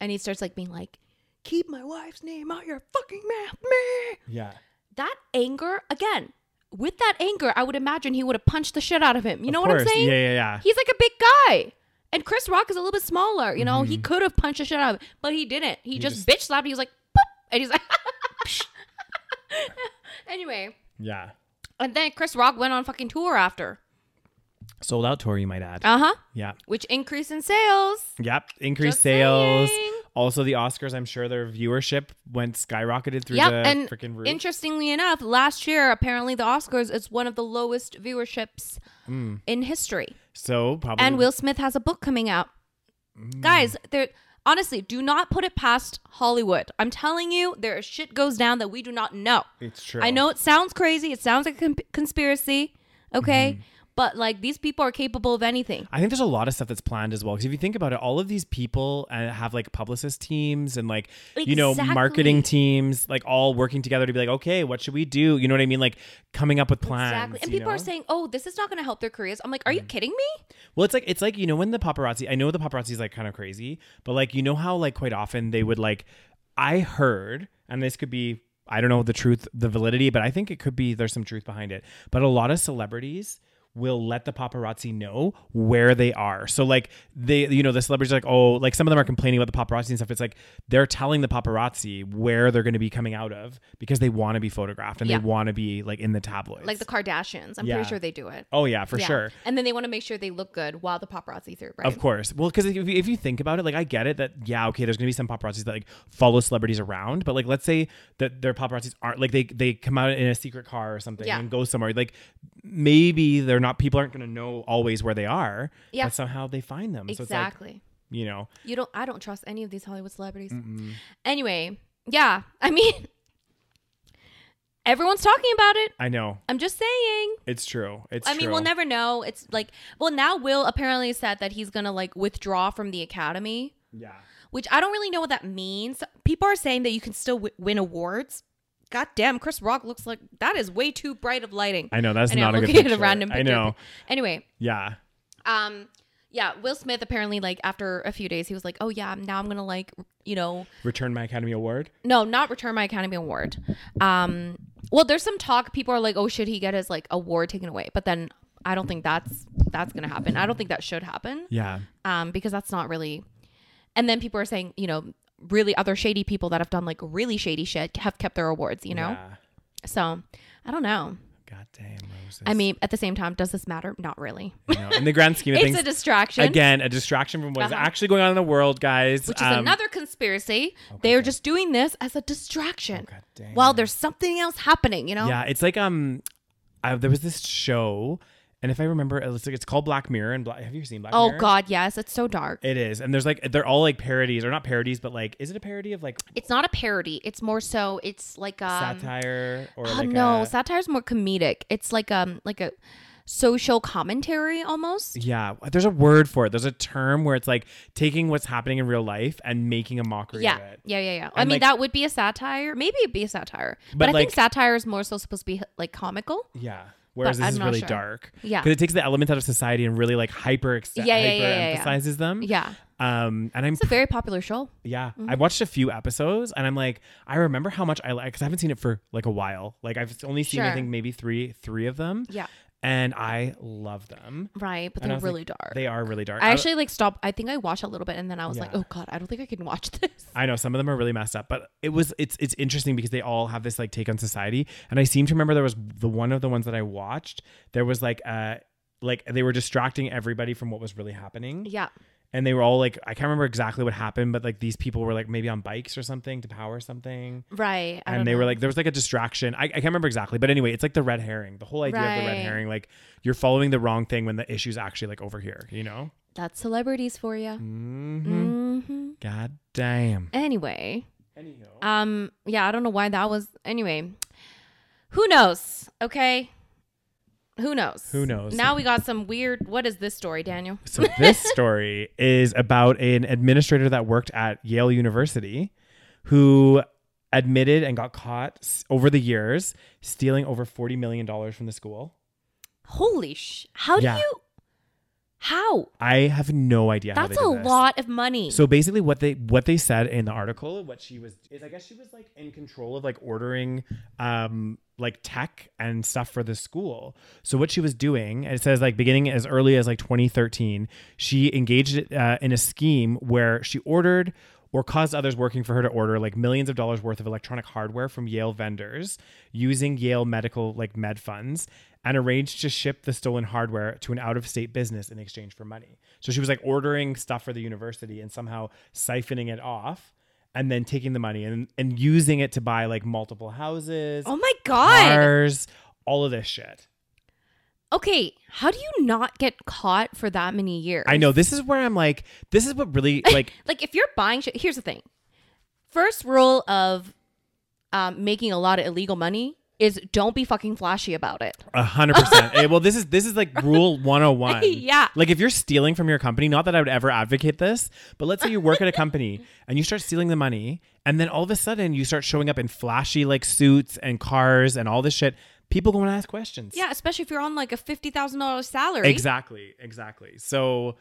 Speaker 3: and he starts like being like keep my wife's name out your fucking mouth man
Speaker 2: yeah.
Speaker 3: that anger again with that anger i would imagine he would have punched the shit out of him you know what i'm saying
Speaker 2: Yeah, yeah, yeah.
Speaker 3: he's like a big guy and chris rock is a little bit smaller you know he could have punched the shit out of him but he didn't he, just,
Speaker 2: Mm-hmm. just-
Speaker 3: bitch slapped he was like Pop! and he's like anyway
Speaker 2: yeah.
Speaker 3: and then chris rock went on fucking tour after
Speaker 2: Sold out tour, you might add.
Speaker 3: uh-huh
Speaker 2: yeah.
Speaker 3: which increased in sales
Speaker 2: Yep. Increased
Speaker 3: Just
Speaker 2: sales.
Speaker 3: saying.
Speaker 2: Also, the Oscars, I'm sure their viewership went skyrocketed through
Speaker 3: Yep,
Speaker 2: the
Speaker 3: and
Speaker 2: freaking roof.
Speaker 3: interestingly enough, last year apparently the Oscars is one of the lowest viewerships
Speaker 2: Mm.
Speaker 3: in history.
Speaker 2: so probably
Speaker 3: And Will Smith has a book coming out.
Speaker 2: Mm.
Speaker 3: Guys, there honestly, do not put it past Hollywood. I'm telling you, there is shit goes down that we do not know.
Speaker 2: it's true.
Speaker 3: I know it sounds crazy. It sounds like a con- conspiracy, okay?
Speaker 2: Mm-hmm.
Speaker 3: But like these people are capable of anything.
Speaker 2: I think there's a lot of stuff that's planned as well. Because if you think about it, all of these people uh, have like publicist teams and like you know marketing
Speaker 3: Exactly.
Speaker 2: teams, like all working together to be like, okay, what should we do? You know what I mean? Like coming up with plans.
Speaker 3: Exactly. And
Speaker 2: you
Speaker 3: people are
Speaker 2: know? Mm.
Speaker 3: saying, "Oh, this is not going to help their careers." I'm like, "Are you kidding me?"
Speaker 2: Well, it's like it's like you know when the paparazzi. I know the paparazzi is like kind of crazy, but like you know how like quite often they would like. I heard, and this could be I don't know the truth, the validity, but I think it could be there's some truth behind it. But a lot of celebrities will let the paparazzi know where they are. So like they you know the celebrities are like oh like some of them are complaining about the paparazzi and stuff. It's like they're telling the paparazzi where they're going to be coming out of because they want to be photographed and
Speaker 3: Yeah.
Speaker 2: they want to be like in the tabloids.
Speaker 3: Like the Kardashians. I'm
Speaker 2: Yeah.
Speaker 3: pretty sure they do it.
Speaker 2: oh yeah, for
Speaker 3: Yeah.
Speaker 2: sure.
Speaker 3: And then they want to make sure they look good while the paparazzi through, right?
Speaker 2: Of course. Well, because if, you- if you think about it, like I get it that yeah, okay, there's gonna be some paparazzi that like follow celebrities around, but like let's say that their paparazzis aren't like they they come out in a secret car or something
Speaker 3: Yeah.
Speaker 2: and go somewhere. Like maybe they're not people aren't gonna know always where they are.
Speaker 3: Yeah.
Speaker 2: But somehow they find them. So it's like
Speaker 3: Exactly.
Speaker 2: you know.
Speaker 3: you don't. I don't trust any of these Hollywood celebrities. Anyway, yeah. I mean, everyone's talking about it.
Speaker 2: I know
Speaker 3: I'm just saying.
Speaker 2: it's true. It's
Speaker 3: I mean,
Speaker 2: true.
Speaker 3: we'll never know. It's like, well, now Will apparently said that he's gonna like withdraw from the Academy,
Speaker 2: Yeah.
Speaker 3: which I don't really know what that means. People are saying that you can still w- win awards. God damn, Chris Rock looks like that is way too bright of lighting.
Speaker 2: I know that's
Speaker 3: And I'm
Speaker 2: not a good
Speaker 3: looking at
Speaker 2: picture.
Speaker 3: a random picture.
Speaker 2: I know.
Speaker 3: Anyway,
Speaker 2: Yeah.
Speaker 3: um, yeah, Will Smith apparently like after a few days he was like, oh yeah, now I'm gonna like you know
Speaker 2: Return my Academy Award.
Speaker 3: no not return my Academy Award. Um, well, there's some talk. People are like, oh, should he get his like award taken away? But then I don't think that's that's gonna happen. I don't think that should happen.
Speaker 2: Yeah.
Speaker 3: um, because that's not really. And then people are saying, you know, really other shady people that have done like really shady shit have kept their awards, you know?
Speaker 2: Yeah.
Speaker 3: So I don't know.
Speaker 2: God damn roses.
Speaker 3: I mean, at the same time, does this matter? Not really.
Speaker 2: You know, in the grand scheme of
Speaker 3: it's
Speaker 2: things,
Speaker 3: a distraction.
Speaker 2: again, a distraction from what's
Speaker 3: Uh-huh.
Speaker 2: actually going on in the world, guys.
Speaker 3: which is
Speaker 2: Um,
Speaker 3: another conspiracy. they are just doing this as a distraction
Speaker 2: God damn.
Speaker 3: while there's something else happening, you know?
Speaker 2: Yeah, it's like um, I, there was this show, and if I remember, it's like it's called Black Mirror. And Black, have you seen Black
Speaker 3: Oh,
Speaker 2: Mirror?
Speaker 3: God, yes. It's so dark.
Speaker 2: it is. And there's like they're all like parodies, or not parodies, but like, is it a parody of like
Speaker 3: It's not a parody. It's more so, it's like um,
Speaker 2: satire or
Speaker 3: Uh,
Speaker 2: like
Speaker 3: no,
Speaker 2: a-
Speaker 3: satire's more comedic. It's like um like a social commentary almost.
Speaker 2: yeah, there's a word for it. There's a term where it's like taking what's happening in real life and making a mockery
Speaker 3: Yeah,
Speaker 2: of it.
Speaker 3: yeah, yeah, yeah. I
Speaker 2: And,
Speaker 3: mean,
Speaker 2: like-
Speaker 3: that would be a satire. Maybe it'd be a satire, but,
Speaker 2: But,
Speaker 3: I think
Speaker 2: like- Mm-hmm.
Speaker 3: satire is more so supposed to be like comical.
Speaker 2: Yeah. Whereas
Speaker 3: But
Speaker 2: this
Speaker 3: I'm
Speaker 2: is
Speaker 3: not
Speaker 2: really
Speaker 3: sure.
Speaker 2: dark.
Speaker 3: Yeah.
Speaker 2: Because it takes the elements out of society and really like hyper, ex-
Speaker 3: Yeah, yeah, yeah,
Speaker 2: hyper
Speaker 3: yeah, yeah.
Speaker 2: emphasizes them.
Speaker 3: Yeah,
Speaker 2: Um, and I'm
Speaker 3: it's a very popular show.
Speaker 2: Yeah,
Speaker 3: Mm-hmm.
Speaker 2: I watched a few episodes, and I'm like, I remember how much I like because I haven't seen it for like a while. Like I've only seen I
Speaker 3: Sure.
Speaker 2: think maybe three three of them.
Speaker 3: Yeah.
Speaker 2: and I love them.
Speaker 3: Right, but
Speaker 2: And I
Speaker 3: they're
Speaker 2: was like,
Speaker 3: really dark.
Speaker 2: They are really dark.
Speaker 3: I actually like stopped. I think I watched a little bit, and then I was like,
Speaker 2: Yeah.
Speaker 3: "Oh God, I don't think I can watch this."
Speaker 2: I know some of them are really messed up, but it was it's it's interesting because they all have this like take on society. And I seem to remember there was the one of the ones that I watched. There was like uh like they were distracting everybody from what was really happening.
Speaker 3: Yeah,
Speaker 2: And they were all like, I can't remember exactly what happened, but like these people were like maybe on bikes or something to power something.
Speaker 3: right. I don't
Speaker 2: and they
Speaker 3: know.
Speaker 2: were like there was like a distraction I, I can't remember exactly but anyway it's like the red herring the whole idea of the red
Speaker 3: Right.
Speaker 2: herring like you're following the wrong thing when the issue's actually like over here you know
Speaker 3: "That's celebrities for you."
Speaker 2: mm-hmm.
Speaker 3: hmm
Speaker 2: god damn
Speaker 3: Anyway,
Speaker 2: Anyhow.
Speaker 3: um, yeah, I don't know why that was. Anyway, who knows? Okay, who knows?
Speaker 2: Who knows?
Speaker 3: Now we got some weird. What is this story, Daniel?
Speaker 2: so this story is about an administrator that worked at yale university who admitted and got caught s- over the years stealing over $40 million from the school
Speaker 3: Holy sh! How
Speaker 2: Yeah.
Speaker 3: do you? How?
Speaker 2: i have no idea how
Speaker 3: That's
Speaker 2: they
Speaker 3: a
Speaker 2: did this.
Speaker 3: lot of money.
Speaker 2: So basically, what they what they said in the article, what she was is, I guess she was like in control of like ordering, um, like tech and stuff for the school. So what she was doing, and it says like beginning as early as like 2013, she engaged uh, in a scheme where she ordered or caused others working for her to order like millions of dollars worth of electronic hardware from Yale vendors using Yale medical like med funds and arranged to ship the stolen hardware to an out of state business in exchange for money. So she was like ordering stuff for the university and somehow siphoning it off and then taking the money and, and using it to buy like multiple houses,
Speaker 3: Oh my god.
Speaker 2: cars, all of this shit.
Speaker 3: Okay, how do you not get caught for that many years?
Speaker 2: I know this is where I'm like, this is what really like
Speaker 3: Like if you're buying shit, here's the thing. First rule of um, making a lot of illegal money is don't be fucking flashy about it.
Speaker 2: A hundred percent. Eh, Well, this is this is like rule one hundred and one.
Speaker 3: Yeah.
Speaker 2: Like if you're stealing from your company, not that I would ever advocate this, but let's say you work at a company and you start stealing the money, and then all of a sudden you start showing up in flashy like suits and cars and all this shit. People going to ask questions.
Speaker 3: Yeah, especially if you're on like a fifty thousand dollars salary.
Speaker 2: Exactly. Exactly. So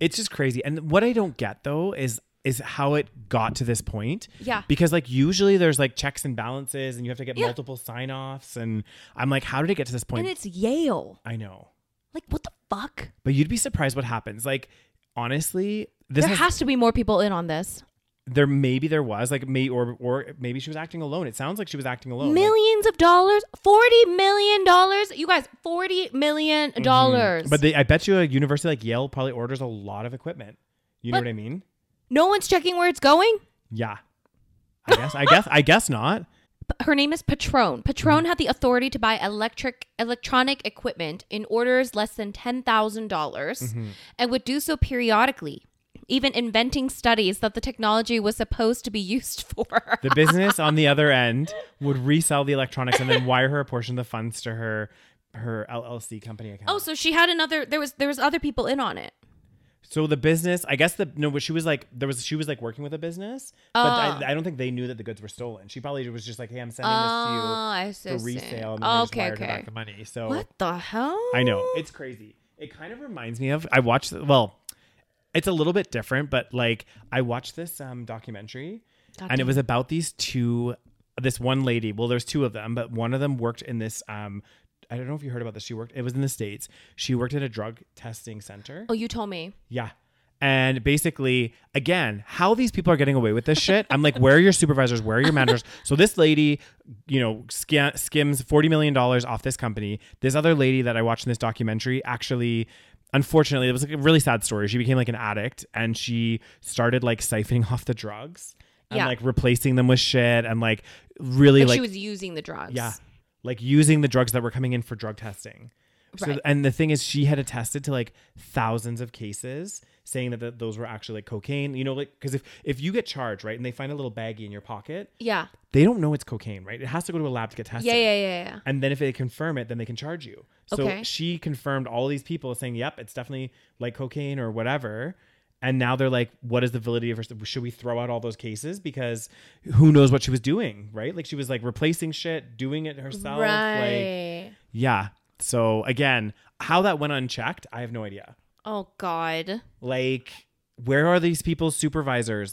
Speaker 2: it's just crazy. And what I don't get though is is how it got to this point.
Speaker 3: Yeah.
Speaker 2: Because like usually there's like checks and balances, and you have to get
Speaker 3: Yeah.
Speaker 2: multiple sign offs, and I'm like, how did it get to this point?
Speaker 3: And it's Yale.
Speaker 2: I know.
Speaker 3: Like what the fuck?
Speaker 2: But you'd be surprised what happens. Like honestly, this
Speaker 3: There
Speaker 2: has,
Speaker 3: has to be more people in on this.
Speaker 2: there maybe there was like may or or maybe she was acting alone. It sounds like she was acting alone. Like,
Speaker 3: Millions of dollars, forty million dollars. You guys, forty million dollars.
Speaker 2: Mm-hmm. but they, I bet you a university like Yale probably orders a lot of equipment. You know
Speaker 3: But-
Speaker 2: what I mean?
Speaker 3: no one's checking where it's going.
Speaker 2: Yeah. I guess. I guess. I guess not.
Speaker 3: P- her name is Patron. Patron had the authority to buy electric electronic equipment in orders less than ten dollars,
Speaker 2: Mm-hmm.
Speaker 3: and would do so periodically, even inventing studies that the technology was supposed to be used for.
Speaker 2: The business on the other end would resell the electronics and then wire her a portion of the funds to her her LLC company account.
Speaker 3: oh, so she had another. There was there was other people in on it.
Speaker 2: So the business, I guess the no, but she was like there was she was like working with a business,
Speaker 3: Oh.
Speaker 2: but I, I don't think they knew that the goods were stolen. She probably was just like, hey, I'm sending
Speaker 3: Oh, I
Speaker 2: this to
Speaker 3: so
Speaker 2: you for resale, and then
Speaker 3: Oh,
Speaker 2: they just
Speaker 3: okay,
Speaker 2: wired her
Speaker 3: okay.
Speaker 2: back the money. So
Speaker 3: What the hell?
Speaker 2: Oh. I know it's crazy. It kind of reminds me of I watched well, it's a little bit different, but like I watched this um documentary, and it was about these two, this one lady. Well, there's two of them, but one of them worked in this um. I don't know if you heard about this. She worked. It was in the states. She worked at a drug testing center.
Speaker 3: Oh, you told me.
Speaker 2: Yeah. And basically, again, how these people are getting away with this shit. I'm like, where are your supervisors? Where are your managers? So this lady, you know, skim, skims forty million dollars off this company. This other lady that I watched in this documentary actually, unfortunately, it was like a really sad story. She became like an addict, and she started like siphoning off the drugs and
Speaker 3: Yeah.
Speaker 2: like replacing them with shit, and like really
Speaker 3: Like,
Speaker 2: like
Speaker 3: she was using the drugs.
Speaker 2: yeah. Like using the drugs that were coming in for drug testing. So,
Speaker 3: Right.
Speaker 2: and the thing is, she had attested to like thousands of cases saying that th- those were actually like cocaine. You know, like, because if, if you get charged, right, and they find a little baggie in your pocket,
Speaker 3: Yeah.
Speaker 2: they don't know it's cocaine, right? It has to go to a lab to get tested.
Speaker 3: Yeah. Yeah. Yeah. Yeah.
Speaker 2: And then if they confirm it, then they can charge you. So
Speaker 3: Okay.
Speaker 2: she confirmed all these people saying, yep, it's definitely like cocaine or whatever. And now they're like, what is the validity of her? Should we throw out all those cases? Because who knows what she was doing, right? Like she was like replacing shit, doing it herself. Like,
Speaker 3: Right.
Speaker 2: yeah. So again, how that went unchecked, I have no idea.
Speaker 3: oh God.
Speaker 2: Like, where are these people's supervisors?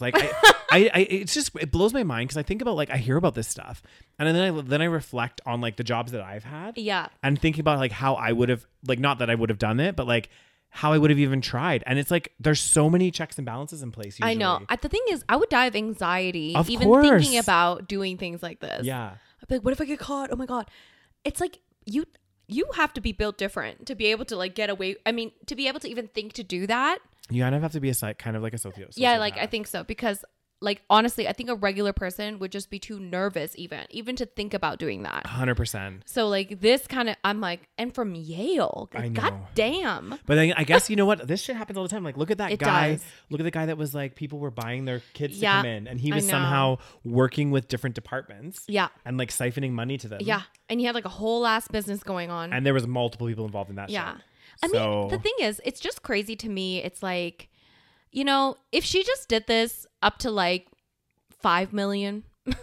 Speaker 2: Like, I, I, I it's just it blows my mind because I think about like I hear about this stuff, and then I then I reflect on like the jobs that I've had,
Speaker 3: Yeah.
Speaker 2: and thinking about like how I would have like not that I would have done it, but like how I would have even tried. And it's like there's so many checks and balances in place. Usually.
Speaker 3: I know. I, the thing is, I would die of anxiety
Speaker 2: Of
Speaker 3: even thinking
Speaker 2: course.
Speaker 3: about doing things like this.
Speaker 2: Yeah.
Speaker 3: I'd be like, what if I get caught? Oh my god. It's like you you have to be built different to be able to like get away. I mean, to be able to even think to do that.
Speaker 2: You kind of have to be a psych, kind of like a socio.
Speaker 3: yeah, like I
Speaker 2: sociopath.
Speaker 3: think so because like honestly, I think a regular person would just be too nervous even even to think about doing that.
Speaker 2: 100%.
Speaker 3: So like this kind of I'm like and from Yale.
Speaker 2: I know. Mm-hmm.
Speaker 3: God damn.
Speaker 2: But then I guess you know what? This shit happens all the time. Like, look at that
Speaker 3: It
Speaker 2: guy.
Speaker 3: does.
Speaker 2: Look at the guy that was like, people were buying their kids
Speaker 3: Yeah,
Speaker 2: to come in, and he
Speaker 3: I
Speaker 2: was
Speaker 3: know.
Speaker 2: somehow working with different departments.
Speaker 3: Yeah.
Speaker 2: And like siphoning money to them.
Speaker 3: Yeah. And he had like a whole ass business going on.
Speaker 2: And there was multiple people involved in that.
Speaker 3: Yeah.
Speaker 2: shit.
Speaker 3: I
Speaker 2: So-
Speaker 3: mean, the thing is, it's just crazy to me. It's like, you know, if she just did this up to like 5 million,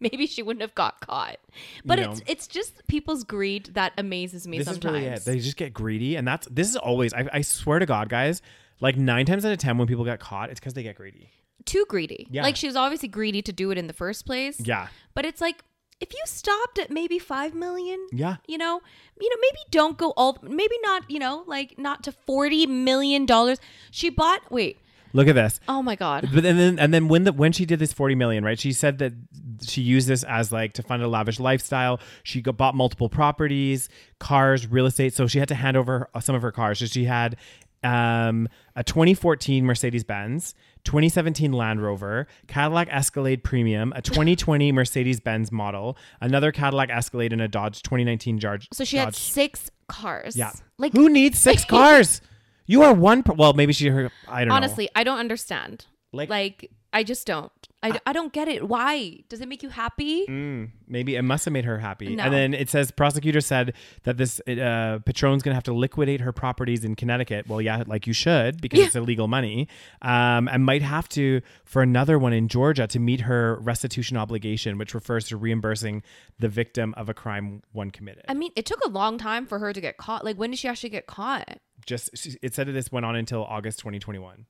Speaker 3: maybe she wouldn't have got caught. But
Speaker 2: You
Speaker 3: it's
Speaker 2: know.
Speaker 3: it's just people's greed that amazes me
Speaker 2: this
Speaker 3: sometimes.
Speaker 2: is really it. They just get greedy, and that's this is always. I, I swear to God, guys, like nine times out of ten when people get caught, it's because they get greedy.
Speaker 3: Too greedy.
Speaker 2: Yeah.
Speaker 3: Like she was obviously greedy to do it in the first place.
Speaker 2: Yeah,
Speaker 3: But it's like if you stopped at maybe 5 million,
Speaker 2: yeah,
Speaker 3: you know, you know, maybe don't go all maybe not, you know, like not to 40 million dollars. She bought wait
Speaker 2: Look at this.
Speaker 3: Oh my god.
Speaker 2: But and then and then when the when she did this 40 million, right? She said that she used this as like to fund a lavish lifestyle. She got, bought multiple properties, cars, real estate. So she had to hand over her- some of her cars. So she had um, a 2014 Mercedes Benz, 2017 Land Rover, Cadillac Escalade Premium, a 2020 Mercedes Benz model, another Cadillac Escalade, and a Dodge 2019 Jar- Dodge.
Speaker 3: So she had six cars.
Speaker 2: yeah.
Speaker 3: Like
Speaker 2: who needs six cars? You are one. Per- well, maybe she. Her, I don't know.
Speaker 3: honestly, I don't understand.
Speaker 2: Like-
Speaker 3: Like, I just don't. I, I don't get it. Why? Does it make you happy?
Speaker 2: Mm. Maybe it must have made her happy.
Speaker 3: No.
Speaker 2: And then it says prosecutor said that this uh, Patron's gonna have to liquidate her properties in Connecticut. Well, yeah, like you should because it's illegal money. Um, and might have to for another one in Georgia to meet her restitution obligation, which refers to reimbursing the victim of a crime one committed.
Speaker 3: I mean, it took a long time for her to get caught. Like when did she actually get caught?
Speaker 2: Just it said that this went on until August 2021.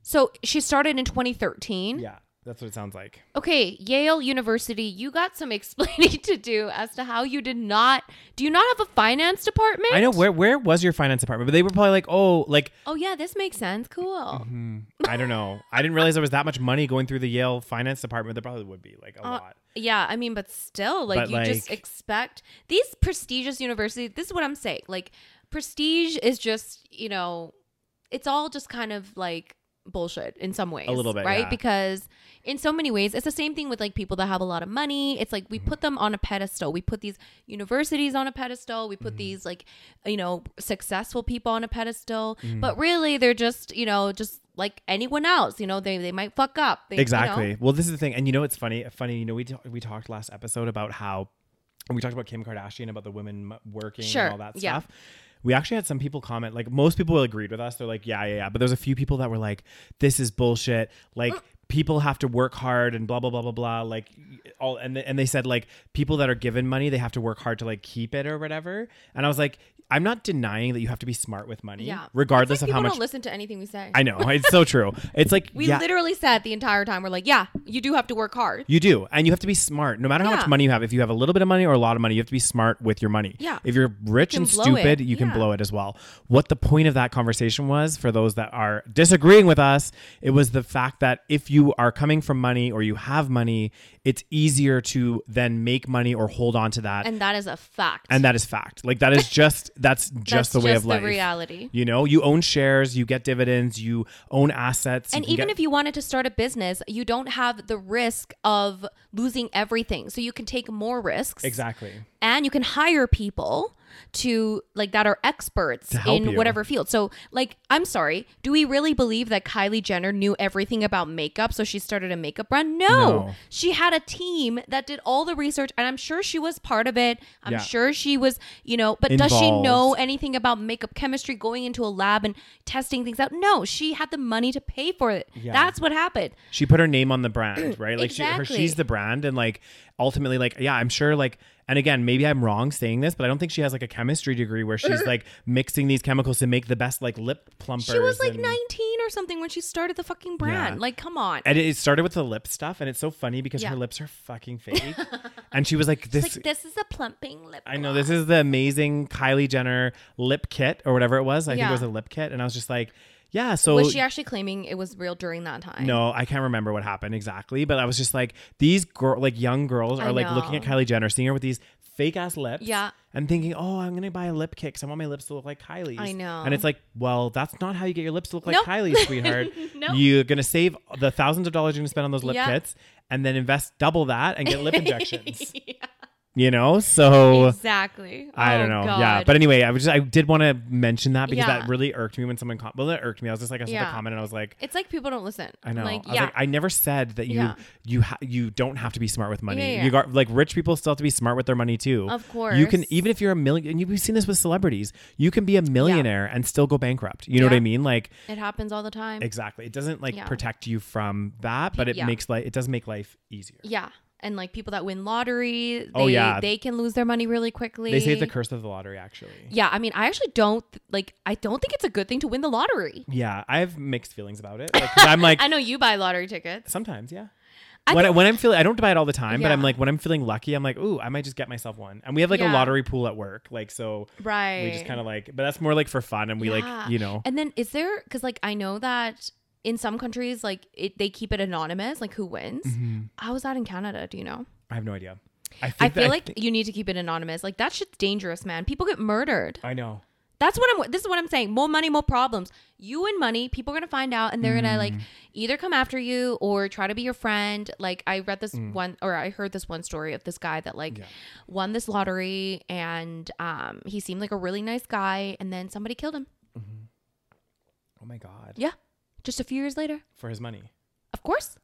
Speaker 3: So she started in 2013.
Speaker 2: Yeah, that's what it sounds like.
Speaker 3: Okay, Yale University, you got some explaining to do as to how you did not. Do you not have a finance department?
Speaker 2: I know where where was your finance department, but they were probably like, oh, like
Speaker 3: Oh yeah, this makes sense. Cool.
Speaker 2: Mm-hmm. I don't know. I didn't realize there was that much money going through the Yale finance department. There probably would be like a lot.
Speaker 3: Yeah, I mean, but still, like
Speaker 2: But,
Speaker 3: you just
Speaker 2: like-
Speaker 3: expect these prestigious universities. This is what I'm saying. Like prestige is just you know, it's all just kind of like bullshit in some ways.
Speaker 2: little bit,
Speaker 3: right?
Speaker 2: yeah.
Speaker 3: Because in so many ways, it's the same thing with like people that have a lot of money. It's like we
Speaker 2: Mm-hmm.
Speaker 3: put them on a pedestal. We put these universities on a pedestal. We put
Speaker 2: Mm-hmm.
Speaker 3: these like you know successful people on a pedestal.
Speaker 2: Mm-hmm.
Speaker 3: But really, they're just you know just like anyone else. You know, they they might fuck up. They, you know.
Speaker 2: Exactly. Well, this is the thing, and you know, it's funny. Funny, you know, we ta- we talked last episode about how we talked about Kim Kardashian about the women m- working
Speaker 3: Sure,
Speaker 2: and all that
Speaker 3: yeah.
Speaker 2: stuff. We actually had some people comment, like most people agreed with us. They're like, yeah, yeah, yeah. But there's a few people that were like, this is bullshit. Like
Speaker 3: Mm.
Speaker 2: people have to work hard and blah blah blah blah blah. Like all and they- and they said like people that are given money, they have to work hard to like keep it or whatever. And I was like, I'm not denying that you have to be smart with money,
Speaker 3: Yeah. It's
Speaker 2: regardless
Speaker 3: Like,
Speaker 2: of how
Speaker 3: people
Speaker 2: much.
Speaker 3: don't listen to anything we say.
Speaker 2: I know it's so true. It's like
Speaker 3: We
Speaker 2: yeah.
Speaker 3: literally said the entire time, we're like, yeah, you do have to work hard.
Speaker 2: You do. And you have to be smart. No matter how
Speaker 3: Yeah.
Speaker 2: much money you have, if you have a little bit of money or a lot of money, you have to be smart with your money.
Speaker 3: Yeah.
Speaker 2: If you're rich
Speaker 3: You
Speaker 2: and
Speaker 3: can blow it.
Speaker 2: stupid, you can
Speaker 3: Yeah.
Speaker 2: blow it as well. What the point of that conversation was for those that are disagreeing with us, it was the fact that if you are coming from money or you have money, it's easier to then make money or hold on to that. And,
Speaker 3: And that is a fact.
Speaker 2: that is fact. Like that is just that's just
Speaker 3: That's
Speaker 2: the way
Speaker 3: just
Speaker 2: of life.
Speaker 3: the reality.
Speaker 2: You know, you own shares, you get dividends, you own assets.
Speaker 3: And even if you wanted to start a business, you don't have the risk of losing everything. So you can take more risks.
Speaker 2: Exactly.
Speaker 3: And you can hire people to like that are experts
Speaker 2: help
Speaker 3: in
Speaker 2: you.
Speaker 3: whatever field. So like I'm sorry, do we really believe that Kylie Jenner knew everything about makeup so she started a makeup brand? No.
Speaker 2: No.
Speaker 3: She had a team that did all the research and I'm sure she was part of it. I'm
Speaker 2: Yeah.
Speaker 3: sure she was, you know, but does she know
Speaker 2: Involved.
Speaker 3: anything about makeup chemistry going into a lab and testing things out? No, she had the money to pay for it. That's what happened.
Speaker 2: she put her name on the brand, right? Like she, her,
Speaker 3: Exactly.
Speaker 2: she's the brand, and like ultimately, like yeah, I'm sure. Like, and again, maybe I'm wrong saying this, but I don't think she has like a chemistry degree where she's like mixing these chemicals to make the best like lip plumpers.
Speaker 3: She was like
Speaker 2: and-
Speaker 3: 19 or something when she started the fucking brand.
Speaker 2: Yeah.
Speaker 3: Like come on.
Speaker 2: And it it started with the lip stuff, and it's so funny because
Speaker 3: Yeah.
Speaker 2: her lips are fucking fake. and she was like, "This,
Speaker 3: It's like this is a plumping lip.
Speaker 2: I know this is the amazing Kylie Jenner lip kit or whatever it was. I think
Speaker 3: Yeah.
Speaker 2: it was a lip kit." And I was just like, "Yeah." So
Speaker 3: was she actually claiming it was real during that time?
Speaker 2: No, I can't remember what happened exactly, but I was just like, these girl, like young girls, are
Speaker 3: I
Speaker 2: like looking at
Speaker 3: know.
Speaker 2: Kylie Jenner, seeing her with these fake ass lips,
Speaker 3: Yeah.
Speaker 2: and thinking, oh, I'm gonna buy a lip kit because I want my lips to look like Kylie's.
Speaker 3: I know.
Speaker 2: and it's like, well, that's not how you get your lips to look like
Speaker 3: Nope.
Speaker 2: Kylie's, sweetheart.
Speaker 3: Nope.
Speaker 2: You're gonna save the thousands of dollars you're gonna spend on those lip
Speaker 3: Yeah.
Speaker 2: kits, and then invest double that and get lip injections. You know, so.
Speaker 3: Exactly.
Speaker 2: I
Speaker 3: Oh,
Speaker 2: don't know.
Speaker 3: God.
Speaker 2: Yeah, but anyway, I was just I did want to mention that because
Speaker 3: Yeah.
Speaker 2: that really irked me when someone com- well, it irked me. I was just like I saw the
Speaker 3: Yeah.
Speaker 2: comment and I was like,
Speaker 3: it's like people don't listen.
Speaker 2: I know.
Speaker 3: Like
Speaker 2: I, was
Speaker 3: yeah.
Speaker 2: like, I never said that you
Speaker 3: Yeah.
Speaker 2: you ha- you don't have to be smart with money.
Speaker 3: Yeah, yeah,
Speaker 2: You
Speaker 3: yeah.
Speaker 2: got like rich people still have to be smart with their money too.
Speaker 3: Of
Speaker 2: You can
Speaker 3: course.
Speaker 2: even if you're a million and you've seen this with celebrities, you can be a millionaire and still go bankrupt. You know what
Speaker 3: Yeah.
Speaker 2: I mean? Like
Speaker 3: it happens all the time.
Speaker 2: exactly. It doesn't like
Speaker 3: Yeah.
Speaker 2: protect you from that, but it
Speaker 3: Yeah.
Speaker 2: makes life it does make life easier.
Speaker 3: yeah. And like people that win lottery, they,
Speaker 2: Oh, yeah.
Speaker 3: they can lose their money really quickly.
Speaker 2: They say it's the curse of the lottery actually.
Speaker 3: Yeah, I mean, I actually don't like. I don't think it's a good thing to win the lottery.
Speaker 2: Yeah, I have mixed feelings about it. Like, 'cause I'm like
Speaker 3: I know you buy lottery tickets.
Speaker 2: sometimes, yeah.
Speaker 3: I
Speaker 2: when, I, when I'm feeling, I don't buy it all the time, but I'm
Speaker 3: Yeah.
Speaker 2: like, when I'm feeling lucky, I'm like, ooh, I might just get myself one. And we have like a
Speaker 3: Yeah.
Speaker 2: lottery pool at work. Like, so
Speaker 3: Right.
Speaker 2: we just kind of like but that's more like for fun and we
Speaker 3: Yeah.
Speaker 2: like you know
Speaker 3: And then is there because like I know that in some countries, like it, they keep it anonymous, like who wins.
Speaker 2: Mm-hmm.
Speaker 3: How is that in Canada? Do you know?
Speaker 2: I have no idea. I, think
Speaker 3: I
Speaker 2: that-
Speaker 3: feel like
Speaker 2: think-
Speaker 3: you need to keep it anonymous. Like that shit's dangerous, man. People get murdered.
Speaker 2: I know.
Speaker 3: That's what I'm. This is what I'm saying. More money, more problems. You and money, people are gonna find out, and they're gonna like either come after you or try to be your friend. Like I read this one, or I heard this one story of this guy that like won this lottery, and um, he seemed like a really nice guy, and then somebody killed him.
Speaker 2: Oh my god.
Speaker 3: Yeah, just a few years later.
Speaker 2: For his money.
Speaker 3: Of course,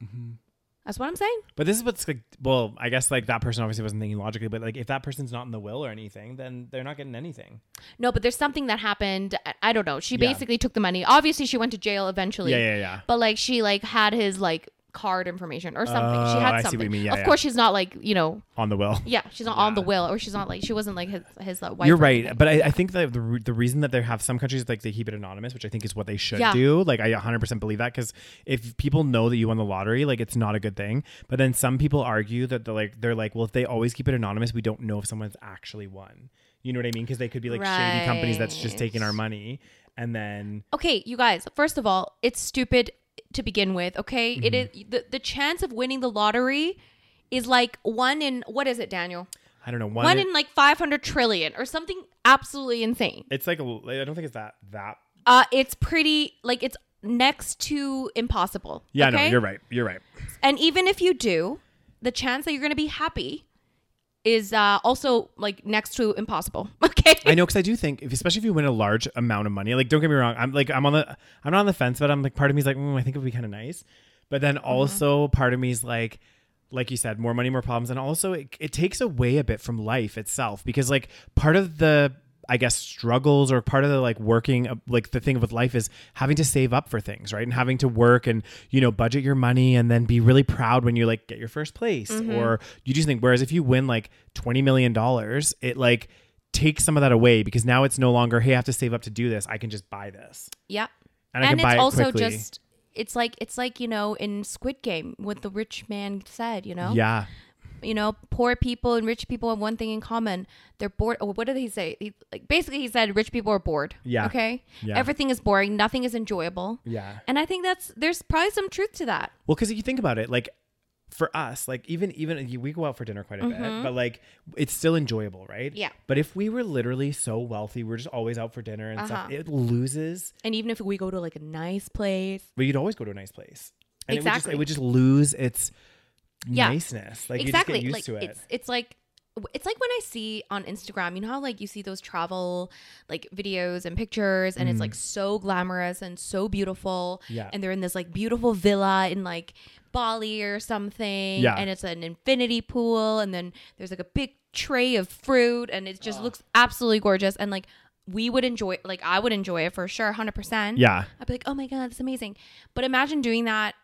Speaker 3: that's what I'm saying.
Speaker 2: But this is what's like. Well, I guess like that person obviously wasn't thinking logically, but like if that person's not in the will or anything, then they're not getting anything.
Speaker 3: No, but there's something that happened. I- I don't know. She
Speaker 2: Yeah.
Speaker 3: basically took the money. Obviously, she went to jail eventually.
Speaker 2: Yeah, yeah, yeah.
Speaker 3: But like, she like had his like card information or something. she
Speaker 2: Oh,
Speaker 3: had
Speaker 2: I see what
Speaker 3: something.
Speaker 2: you mean. Yeah,
Speaker 3: of
Speaker 2: yeah.
Speaker 3: course, she's not like you know.
Speaker 2: On the will.
Speaker 3: Yeah, she's not on the will, or she's not like she wasn't like his his like, wife.
Speaker 2: You're
Speaker 3: or
Speaker 2: right,
Speaker 3: anything.
Speaker 2: but I, I think that the re- the reason that they have some countries like they keep it anonymous, which I think is what they should
Speaker 3: Yeah.
Speaker 2: do. Like I 100 percent believe that because if people know that you won the lottery, like it's not a good thing. But then some people argue that they're like they're like, well, if they always keep it anonymous, we don't know if someone's actually won. You know what I mean? Because they could be like shady companies that's just taking our
Speaker 3: Right.
Speaker 2: money, and then
Speaker 3: okay, you guys. First of all, it's stupid to begin with. Okay, It
Speaker 2: Mm-hmm.
Speaker 3: is the the chance of winning the lottery is like one in what is it, Daniel?
Speaker 2: I don't know one.
Speaker 3: One, in like 500 trillion or something absolutely insane.
Speaker 2: it's like a, I don't think it's that that.
Speaker 3: Uh, it's pretty like it's next to impossible.
Speaker 2: Yeah,
Speaker 3: okay?
Speaker 2: no, you're right. You're right.
Speaker 3: And even if you do, the chance that you're going to be happy is uh, also like next to impossible. Okay.
Speaker 2: I know because I do think, if, especially if you win a large amount of money, like don't get me wrong, I'm like I'm on the I'm not on the fence, but I'm like part of me's like mm, I think it would be kind of nice, but then also part of me's like, like you said, more money, more problems, and also it, it takes away a bit from life itself because like part of the I guess struggles or part of the like working uh, like the thing with life is having to save up for things, right? And having to work and you know budget your money and then be really proud when you like get your first place or you do something. Whereas if you win like twenty million dollars, it like take some of that away because now it's no longer hey i have to save up to do this i can just buy this
Speaker 3: yeah.
Speaker 2: and, i can
Speaker 3: it's
Speaker 2: buy it
Speaker 3: also
Speaker 2: quickly
Speaker 3: just it's like it's like you know in Squid Game what the rich man said. You know.
Speaker 2: yeah
Speaker 3: You know, poor people and rich people have one thing in common. They're bored. Oh, what did he say? He, like basically, he said rich people are bored.
Speaker 2: Yeah.
Speaker 3: Okay.
Speaker 2: Yeah.
Speaker 3: Everything is boring. Nothing is enjoyable.
Speaker 2: yeah
Speaker 3: And I think that's there's probably some truth to that.
Speaker 2: well because you think about it like for us like even even we go out for dinner quite a bit but like it's still enjoyable right
Speaker 3: Mm-hmm. Yeah.
Speaker 2: but if we were literally so wealthy we're just always out for dinner and stuff
Speaker 3: Uh-huh.
Speaker 2: it loses
Speaker 3: And even if we go to like a nice place,
Speaker 2: but you'd always go to a nice place and
Speaker 3: Exactly.
Speaker 2: it would just, it would just lose its
Speaker 3: Yeah.
Speaker 2: niceness like
Speaker 3: exactly.
Speaker 2: you
Speaker 3: like
Speaker 2: just get used to it
Speaker 3: it's it's like it's like when I see on Instagram, you know how like you see those travel like videos and pictures and it's like so glamorous and so beautiful.
Speaker 2: Mm. Yeah.
Speaker 3: And they're in this like beautiful villa in like Bali or something.
Speaker 2: Yeah.
Speaker 3: And it's an infinity pool and then there's like a big tray of fruit and it just looks absolutely gorgeous. And like we would enjoy like I would enjoy it for sure, hundred percent.
Speaker 2: yeah
Speaker 3: I'd be like, oh my God, that's amazing. But imagine doing that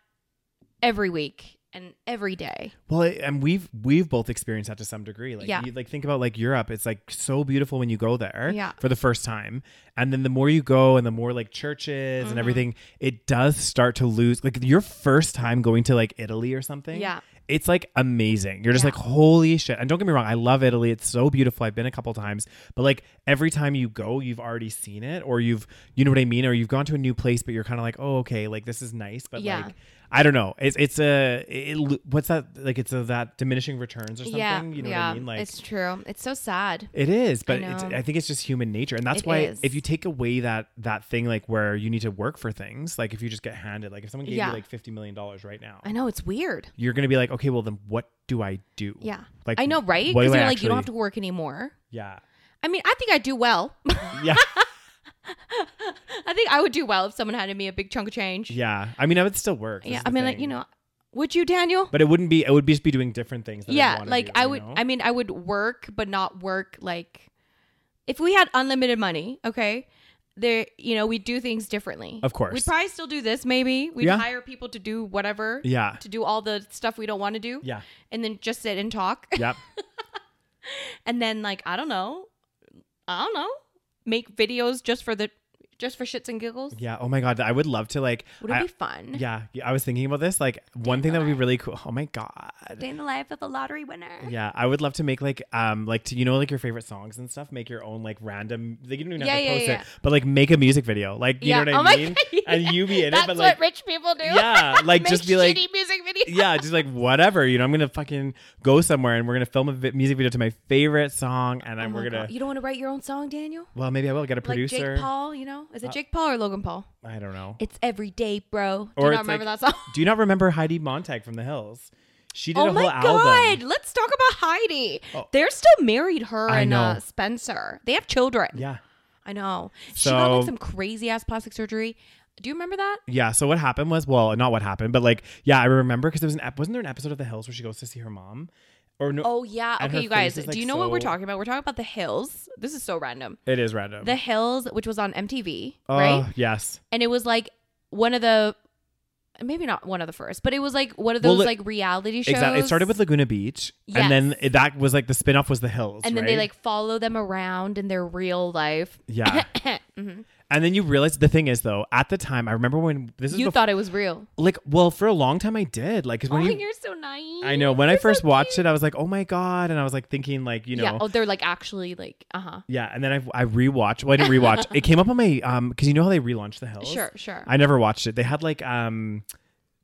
Speaker 3: every week and every day.
Speaker 2: Well, it- and we've we've both experienced that to some degree. Like,
Speaker 3: Yeah.
Speaker 2: you, like think about like Europe. It's like so beautiful when you go there
Speaker 3: Yeah.
Speaker 2: for the first time, and then the more you go, and the more like churches
Speaker 3: Mm-hmm.
Speaker 2: and everything, it does start to lose. Like your first time going to like Italy or something.
Speaker 3: Yeah.
Speaker 2: It's like amazing. You're just
Speaker 3: Yeah.
Speaker 2: like, holy shit. And don't get me wrong, I love Italy. It's so beautiful. I've been a couple times, but like every time you go, you've already seen it or you've, you know what I mean? Or you've gone to a new place, but you're kind of like, oh, okay, like this is nice, but
Speaker 3: Yeah.
Speaker 2: like, I don't know. It's, it's a, it, it- what's that? Like it's a, that diminishing returns or something.
Speaker 3: Yeah.
Speaker 2: you know
Speaker 3: yeah.
Speaker 2: what I mean? Like,
Speaker 3: it's true. It's so sad.
Speaker 2: it is, but
Speaker 3: I
Speaker 2: it's,
Speaker 3: know.
Speaker 2: I think it's just human nature, and that's
Speaker 3: It
Speaker 2: why
Speaker 3: is.
Speaker 2: if you take away that that thing, like where you need to work for things, like if you just get handed, like if someone gave
Speaker 3: Yeah.
Speaker 2: you like fifty million dollars right now,
Speaker 3: I know it's weird.
Speaker 2: you're gonna be like, okay, well then what do I do?
Speaker 3: Yeah.
Speaker 2: like
Speaker 3: I know, right?
Speaker 2: what
Speaker 3: Because
Speaker 2: do I
Speaker 3: you're like, you don't have to
Speaker 2: actually-
Speaker 3: work anymore.
Speaker 2: Yeah,
Speaker 3: I mean, I think I do well.
Speaker 2: yeah,
Speaker 3: I think I would do well if someone handed me a big chunk of change.
Speaker 2: yeah. I mean, I would still work. this
Speaker 3: Yeah.
Speaker 2: is
Speaker 3: I
Speaker 2: the
Speaker 3: mean, like,
Speaker 2: thing.
Speaker 3: you know, would you, Daniel?
Speaker 2: but it wouldn't be. It would be just be doing different things. that I'd
Speaker 3: yeah.
Speaker 2: wanna
Speaker 3: Like,
Speaker 2: do,
Speaker 3: I
Speaker 2: you
Speaker 3: would,
Speaker 2: know?
Speaker 3: I mean, I would work, but not work like if we had unlimited money, okay? There, you know, we do things differently.
Speaker 2: Of course.
Speaker 3: We'd probably still do this, maybe. We'd
Speaker 2: Yeah.
Speaker 3: hire people to do whatever.
Speaker 2: Yeah.
Speaker 3: To do all the stuff we don't want to do.
Speaker 2: yeah,
Speaker 3: And then just sit and talk.
Speaker 2: yep,
Speaker 3: and then like i don't know i don't know make videos just for the just for shits and giggles.
Speaker 2: Yeah. Oh my god, I would love to like.
Speaker 3: Would it
Speaker 2: I-
Speaker 3: be fun?
Speaker 2: Yeah, yeah, I was thinking about this. Like one thing that would be really cool. Oh my god.
Speaker 3: Day in the life of a lottery winner.
Speaker 2: Yeah, I would love to make like um like to you know like your favorite songs and stuff. Make your own like random. Like you don't even have
Speaker 3: Yeah,
Speaker 2: to
Speaker 3: yeah,
Speaker 2: post
Speaker 3: yeah.
Speaker 2: it, but like make a music video. Like you
Speaker 3: Yeah.
Speaker 2: know
Speaker 3: Oh
Speaker 2: what
Speaker 3: my
Speaker 2: I mean?
Speaker 3: God,
Speaker 2: And
Speaker 3: yeah.
Speaker 2: you be in
Speaker 3: That's
Speaker 2: it, but
Speaker 3: what
Speaker 2: like
Speaker 3: rich people do.
Speaker 2: yeah, like
Speaker 3: Make
Speaker 2: just be like
Speaker 3: shitty music videos.
Speaker 2: yeah, just like whatever. You know, I'm gonna fucking go somewhere and we're gonna film a vi- music video to my favorite song, and I'm,
Speaker 3: Oh
Speaker 2: we're
Speaker 3: my
Speaker 2: gonna.
Speaker 3: God. You don't want to write your own song, Daniel?
Speaker 2: Well, maybe I will get a
Speaker 3: Like
Speaker 2: producer. Uh,
Speaker 3: Jake Paul, you know? Is it Jake Paul or Logan Paul?
Speaker 2: I don't know.
Speaker 3: It's every day, bro. Do
Speaker 2: Or
Speaker 3: you not
Speaker 2: it's like-
Speaker 3: remember that song?
Speaker 2: Do you not remember Heidi Montag from The Hills? She did
Speaker 3: Oh
Speaker 2: a whole
Speaker 3: my
Speaker 2: album.
Speaker 3: god! Let's talk about Heidi.
Speaker 2: Oh.
Speaker 3: They're still married, her
Speaker 2: I
Speaker 3: and uh,
Speaker 2: know.
Speaker 3: Spencer. They have children.
Speaker 2: Yeah.
Speaker 3: I know. she got like
Speaker 2: So-
Speaker 3: some crazy ass plastic surgery. Do you remember that?
Speaker 2: Yeah. So what happened was, well, not what happened, but like, yeah, I remember because there was an ep- wasn't there an episode of The Hills where she goes to see her mom, or no?
Speaker 3: Oh yeah.
Speaker 2: And
Speaker 3: Okay,
Speaker 2: her
Speaker 3: you guys.
Speaker 2: face is, like,
Speaker 3: do you know what we're
Speaker 2: so- Um,
Speaker 3: talking about? We're talking about The Hills. This is so random.
Speaker 2: it is random.
Speaker 3: The Hills, which was on MTV,
Speaker 2: Oh,
Speaker 3: right?
Speaker 2: Yes.
Speaker 3: And it was like one of the, maybe not one of the first, but it was like one of
Speaker 2: Well,
Speaker 3: those
Speaker 2: it-
Speaker 3: like reality shows.
Speaker 2: Exactly. It started with Laguna Beach,
Speaker 3: Yes.
Speaker 2: and then it, that was like the spin off was The Hills,
Speaker 3: and then they
Speaker 2: right?
Speaker 3: like follow them around in their real life.
Speaker 2: yeah.
Speaker 3: Mhm.
Speaker 2: And then you realize the thing is though, at the time, I remember when this is
Speaker 3: You
Speaker 2: bef-
Speaker 3: thought it was real.
Speaker 2: like well for a long time I did like 'cause
Speaker 3: Oh,
Speaker 2: when you,
Speaker 3: you're so naive.
Speaker 2: I know when I
Speaker 3: You're so
Speaker 2: first watched
Speaker 3: cute.
Speaker 2: it, I was like, oh my god, and I was like thinking like you know.
Speaker 3: Yeah. Oh, they're like actually like, uh huh.
Speaker 2: Yeah, and then I I rewatched. Well, I didn't rewatch. it came up on my um because you know how they relaunched The Hills.
Speaker 3: Sure, sure.
Speaker 2: I never watched it. They had like um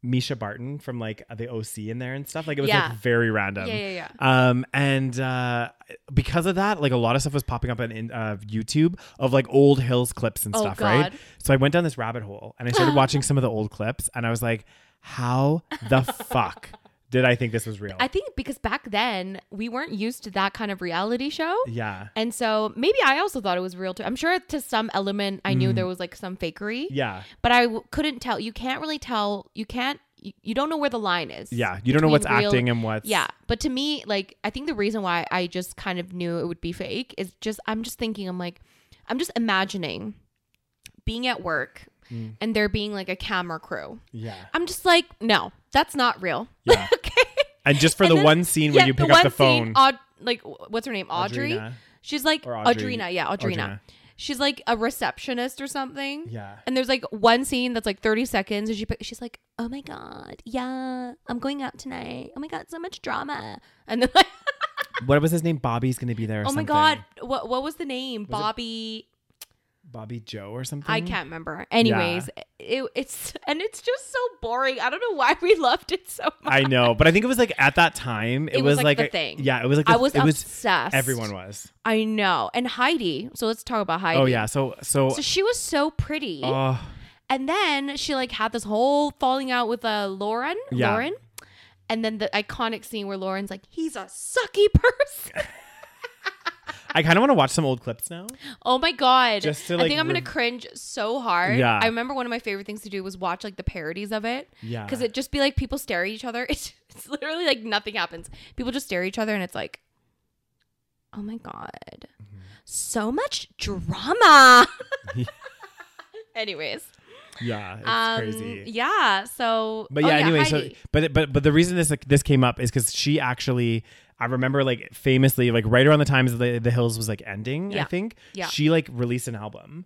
Speaker 2: Misha Barton from like the OC in there and stuff. Like it was
Speaker 3: Yeah.
Speaker 2: like very random.
Speaker 3: Yeah, yeah, yeah.
Speaker 2: Um and uh because of that, like a lot of stuff was popping up on in, uh, YouTube of like old Hills clips and
Speaker 3: Oh,
Speaker 2: stuff, right?
Speaker 3: God.
Speaker 2: So I went down this rabbit hole and I started watching some of the old clips and I was like, how the fuck did I think this was real?
Speaker 3: I think because back then we weren't used to that kind of reality show.
Speaker 2: yeah.
Speaker 3: And so maybe I also thought it was real too. I'm sure to some element I knew there was like some fakery.
Speaker 2: Mm. Yeah.
Speaker 3: But I w- couldn't tell. You can't really tell. You can't. You, you don't know where the line is.
Speaker 2: Yeah. You don't know what's
Speaker 3: Between real-
Speaker 2: acting and what's
Speaker 3: Yeah. But to me, like, I think the reason why I just kind of knew it would be fake is just I'm just thinking, I'm like, I'm just imagining being at work
Speaker 2: Mm.
Speaker 3: and there being like a camera crew.
Speaker 2: Yeah.
Speaker 3: I'm just like, no, that's not real.
Speaker 2: Yeah.
Speaker 3: okay.
Speaker 2: And just for
Speaker 3: And
Speaker 2: the
Speaker 3: then-
Speaker 2: one scene where
Speaker 3: Yeah,
Speaker 2: you pick up the
Speaker 3: one
Speaker 2: phone.
Speaker 3: scene, Aud- like, wh- what's her name? Audrey.
Speaker 2: Audrina.
Speaker 3: She's like
Speaker 2: Or
Speaker 3: Audrina.
Speaker 2: Audrey.
Speaker 3: Yeah, Audrina.
Speaker 2: Audrina.
Speaker 3: She's like a receptionist or something.
Speaker 2: yeah.
Speaker 3: And there's like one scene that's like 30 seconds, and she pick- she's like, "Oh my god, yeah, I'm going out tonight. Oh my god, so much drama." And then like,
Speaker 2: What was his name? Bobby's going to be there.
Speaker 3: oh
Speaker 2: Or
Speaker 3: my
Speaker 2: something.
Speaker 3: god, what what was the name? Bobby.
Speaker 2: Bobby Joe or something.
Speaker 3: I can't remember. Anyways, it, it's and it's just so boring. I don't know why we loved it so much.
Speaker 2: I know, but I think it was like at that time, it,
Speaker 3: It was, like,
Speaker 2: like
Speaker 3: the
Speaker 2: a-
Speaker 3: thing.
Speaker 2: Yeah, it was like the,
Speaker 3: I was
Speaker 2: it was
Speaker 3: obsessed.
Speaker 2: everyone was.
Speaker 3: I know. And Heidi. So let's talk about Heidi.
Speaker 2: Oh yeah, so so,
Speaker 3: So she was so pretty.
Speaker 2: oh,
Speaker 3: And then she like had this whole falling out with uh, Lauren.
Speaker 2: Yeah.
Speaker 3: Lauren. And then the iconic scene where Lauren's like, he's a sucky person.
Speaker 2: I kind of want to watch some old clips now.
Speaker 3: oh my God.
Speaker 2: Just to,
Speaker 3: I
Speaker 2: like,
Speaker 3: think I'm going
Speaker 2: rev-
Speaker 3: to cringe so hard.
Speaker 2: Yeah.
Speaker 3: I remember one of my favorite things to do was watch like the parodies of it.
Speaker 2: Yeah.
Speaker 3: Because it just be like people stare at each other. It's, it's literally like nothing happens. People just stare at each other and it's like, oh my God.
Speaker 2: Mm-hmm.
Speaker 3: So much drama. Anyways.
Speaker 2: Yeah, it's crazy.
Speaker 3: Um, Yeah. So.
Speaker 2: But
Speaker 3: oh
Speaker 2: yeah, anyway, so
Speaker 3: Heidi.
Speaker 2: but but but the reason this like, this came up is because she actually I remember like famously like right around the time the the Hills was like ending, I
Speaker 3: Yeah.
Speaker 2: think.
Speaker 3: Yeah.
Speaker 2: She like released an album,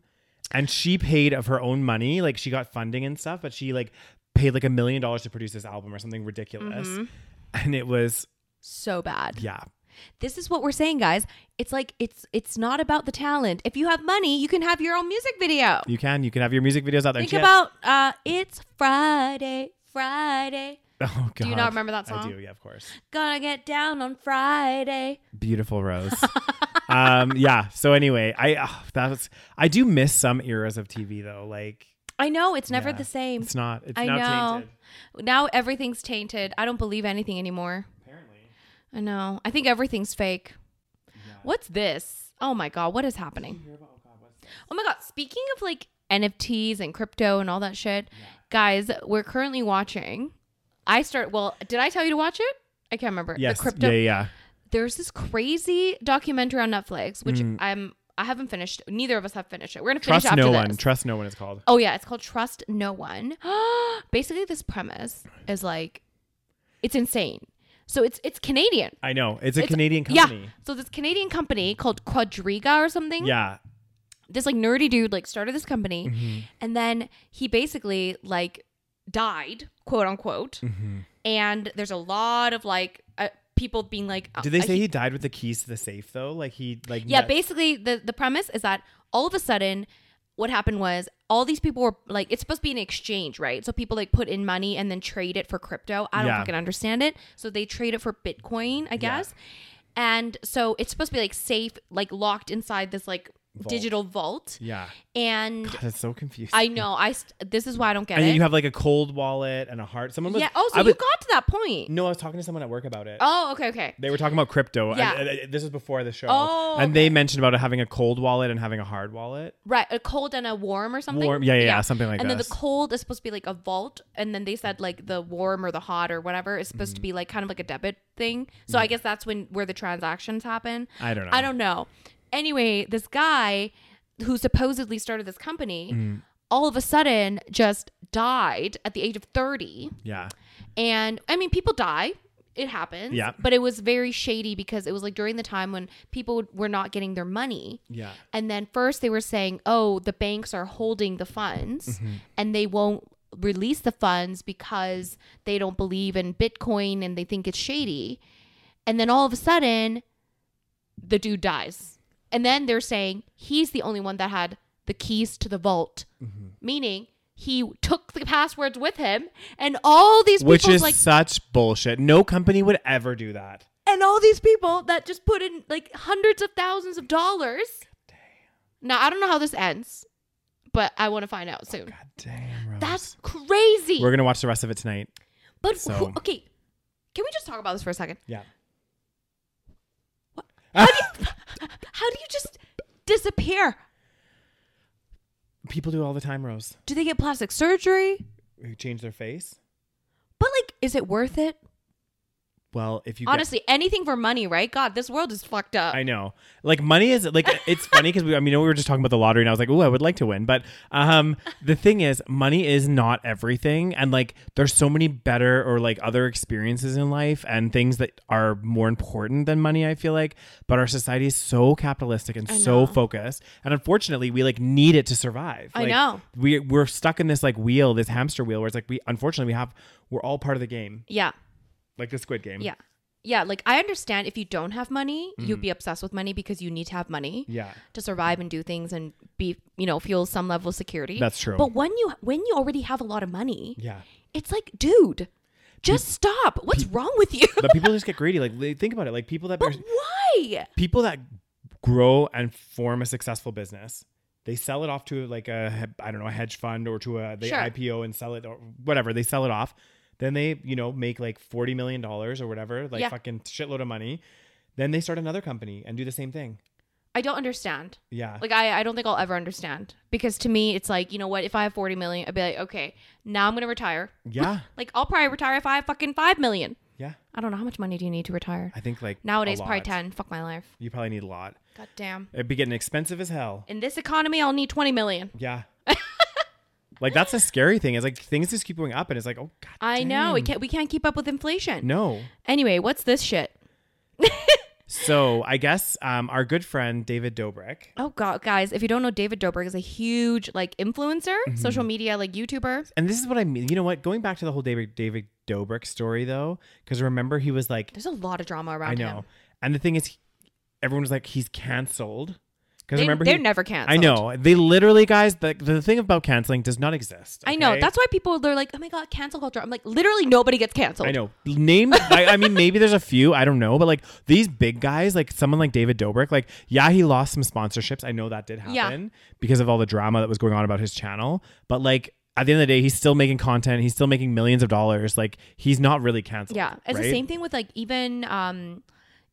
Speaker 2: and she paid of her own money, like she got funding and stuff, but she like paid like a million dollars to produce this album or something ridiculous,
Speaker 3: Mm-hmm.
Speaker 2: and it was
Speaker 3: so bad.
Speaker 2: yeah
Speaker 3: This is what we're saying, guys. It's like it's it's not about the talent. If you have money, you can have your own music video.
Speaker 2: you can you can have your music videos out there. and
Speaker 3: Think
Speaker 2: she had-
Speaker 3: about uh it's Friday, Friday.
Speaker 2: oh god,
Speaker 3: Do you not remember that
Speaker 2: I
Speaker 3: song?
Speaker 2: do, yeah, of course.
Speaker 3: Gonna get down on Friday.
Speaker 2: Beautiful rose. um, yeah. So anyway, I uh, that was I do miss some eras of TV though, like.
Speaker 3: I know it's never
Speaker 2: Yeah.
Speaker 3: the same.
Speaker 2: It's not. It's
Speaker 3: I
Speaker 2: now
Speaker 3: know.
Speaker 2: tainted.
Speaker 3: Now everything's tainted. I don't believe anything anymore.
Speaker 2: Apparently.
Speaker 3: I know. I think everything's fake. What's this? Oh my god, what is happening? Oh my god, speaking of like NFTs and crypto and all that shit, guys, we're currently watching. I start well, did I tell you to watch it? I can't remember.
Speaker 2: Yes.
Speaker 3: The crypto
Speaker 2: Yeah, yeah.
Speaker 3: there's this crazy documentary on Netflix, which I'm I haven't finished. Neither of us have finished it. We're gonna finish
Speaker 2: Mm. Trust
Speaker 3: after
Speaker 2: no
Speaker 3: this.
Speaker 2: one. Trust no one is called.
Speaker 3: Oh yeah, it's called Trust No One. Basically, this premise is like, it's insane. So it's it's Canadian.
Speaker 2: I know. It's a
Speaker 3: It's-
Speaker 2: Canadian company.
Speaker 3: Yeah. So this Canadian company called Quadriga or something.
Speaker 2: Yeah.
Speaker 3: this like nerdy dude like started this company
Speaker 2: Mm-hmm.
Speaker 3: and then he basically like died, quote unquote.
Speaker 2: Mm-hmm.
Speaker 3: And there's a lot of like uh, people being like uh,
Speaker 2: Did they
Speaker 3: uh,
Speaker 2: say he died with the keys to the safe though? Like he like
Speaker 3: yeah,
Speaker 2: nut-
Speaker 3: basically the the premise is that all of a sudden what happened was all these people were like it's supposed to be an exchange, right? So people like put in money and then trade it for crypto. I don't
Speaker 2: Yeah.
Speaker 3: fucking understand it. So they trade it for Bitcoin, I guess. And so it's supposed to be like safe, like locked inside this like digital vault.
Speaker 2: yeah.
Speaker 3: And
Speaker 2: God, that's so confusing.
Speaker 3: I know I st- this is why I don't get
Speaker 2: and
Speaker 3: it.
Speaker 2: then you have like a cold wallet and a heart. Someone was
Speaker 3: yeah. Oh, so
Speaker 2: I
Speaker 3: you
Speaker 2: was-
Speaker 3: got to that point.
Speaker 2: No, I was talking to someone at work about it.
Speaker 3: Oh, okay, okay.
Speaker 2: They were talking about crypto.
Speaker 3: Yeah.
Speaker 2: And, and this is before the show.
Speaker 3: Oh,
Speaker 2: and they mentioned about having a cold wallet and having a hard wallet.
Speaker 3: Right, a cold and a warm or something.
Speaker 2: Warm- yeah, yeah, yeah, something like
Speaker 3: and then
Speaker 2: this.
Speaker 3: the cold is supposed to be like a vault, and then they said like the warm or the hot or whatever is supposed
Speaker 2: Mm-hmm.
Speaker 3: to be like kind of like a debit thing. So I guess that's when where the transactions happen.
Speaker 2: I don't know.
Speaker 3: I don't know. Anyway, this guy who supposedly started this company,
Speaker 2: Mm-hmm.
Speaker 3: all of a sudden just died at the age of thirty.
Speaker 2: Yeah.
Speaker 3: And I mean, people die. It happens.
Speaker 2: Yeah.
Speaker 3: But it was very shady because it was like during the time when people were not getting their money.
Speaker 2: Yeah.
Speaker 3: And then first they were saying, oh, the banks are holding the funds
Speaker 2: Mm-hmm.
Speaker 3: and they won't release the funds because they don't believe in Bitcoin and they think it's shady. And then all of a sudden, the dude dies. And then they're saying he's the only one that had the keys to the vault,
Speaker 2: Mm-hmm.
Speaker 3: meaning he took the passwords with him. And all these
Speaker 2: Which
Speaker 3: people,
Speaker 2: is
Speaker 3: like,
Speaker 2: such bullshit. No company would ever do that.
Speaker 3: and all these people that just put in like hundreds of thousands of dollars. Now I don't know how this ends, but I want to find out soon.
Speaker 2: God damn, Rose.
Speaker 3: That's crazy.
Speaker 2: We're gonna watch the rest of it tonight.
Speaker 3: but
Speaker 2: so-
Speaker 3: who, okay, can we just talk about this for a second?
Speaker 2: Yeah.
Speaker 3: How do you just disappear?
Speaker 2: People do all the time, Rose.
Speaker 3: Do they get plastic surgery?
Speaker 2: Who change their face?
Speaker 3: But like, is it worth it?
Speaker 2: Well, if you get-
Speaker 3: Honestly, anything for money, right? God, this world is fucked up.
Speaker 2: I know. Like money is like it's funny because we I mean we were just talking about the lottery and I was like, oh, I would like to win. But um the thing is, money is not everything. And like there's so many better or like other experiences in life and things that are more important than money, I feel like. But our society is so capitalistic and so focused. And unfortunately, we like need it to survive.
Speaker 3: I
Speaker 2: Like,
Speaker 3: know.
Speaker 2: We we're stuck in this like wheel, this hamster wheel where it's like we unfortunately we have we're all part of the game.
Speaker 3: yeah,
Speaker 2: Like the squid game.
Speaker 3: yeah, yeah. Like I understand if you don't have money,
Speaker 2: Mm.
Speaker 3: you'd be obsessed with money because you need to have money.
Speaker 2: Yeah.
Speaker 3: to survive and do things and be you know feel some level of security
Speaker 2: That's true.
Speaker 3: but when you when you already have a lot of money
Speaker 2: Yeah.
Speaker 3: it's like dude just stop what's wrong with you
Speaker 2: But people just get greedy. Like they- think about it. Like people that
Speaker 3: but why
Speaker 2: people that grow and form a successful business they sell it off to like a i don't know a hedge fund or to a they
Speaker 3: Sure.
Speaker 2: ipo and sell it or whatever they sell it off then they you know make like 40 million dollars or whatever like
Speaker 3: Yeah.
Speaker 2: fucking shitload of money then they start another company and do the same thing
Speaker 3: i don't understand
Speaker 2: yeah
Speaker 3: like I, I don't think i'll ever understand because to me it's like you know what if i have 40 million i'd be like okay now i'm gonna retire
Speaker 2: yeah
Speaker 3: like i'll probably retire if i have fucking 5 million
Speaker 2: yeah
Speaker 3: i don't know how much money do you need to retire
Speaker 2: i think like a
Speaker 3: nowadays probably
Speaker 2: lot.
Speaker 3: 10 fuck my life
Speaker 2: you probably need a lot
Speaker 3: god damn
Speaker 2: it'd be getting expensive as hell
Speaker 3: in this economy i'll need 20 million
Speaker 2: yeah like that's the scary thing is like things just keep going up and it's like oh god
Speaker 3: i know it can't, we can't keep up with inflation
Speaker 2: no
Speaker 3: anyway what's this shit
Speaker 2: so i guess um our good friend david dobrik
Speaker 3: Oh god, guys! If you don't know, David Dobrik is a huge like influencer,
Speaker 2: Mm-hmm.
Speaker 3: social media like YouTuber.
Speaker 2: and this is what I mean. You know what? Going back to the whole David David Dobrik story though, because remember he was like,
Speaker 3: There's a lot of drama around
Speaker 2: I know,
Speaker 3: him.
Speaker 2: and the thing is, he- everyone was like, he's canceled. Because
Speaker 3: They,
Speaker 2: remember
Speaker 3: they're
Speaker 2: he-
Speaker 3: never canceled.
Speaker 2: I know they literally, guys. The, the thing about canceling does not exist.
Speaker 3: I know.
Speaker 2: okay?
Speaker 3: That's why people they're like, oh my god, cancel culture. I'm like, literally nobody gets canceled.
Speaker 2: I know. Name. I, I mean, maybe there's a few. I don't know, but like these big guys, like someone like David Dobrik, like yeah, he lost some sponsorships. I know that did happen
Speaker 3: Yeah.
Speaker 2: because of all the drama that was going on about his channel. But like at the end of the day, he's still making content. He's still making millions of dollars. Like he's not really canceled.
Speaker 3: Yeah, it's
Speaker 2: right?
Speaker 3: the same thing with like even um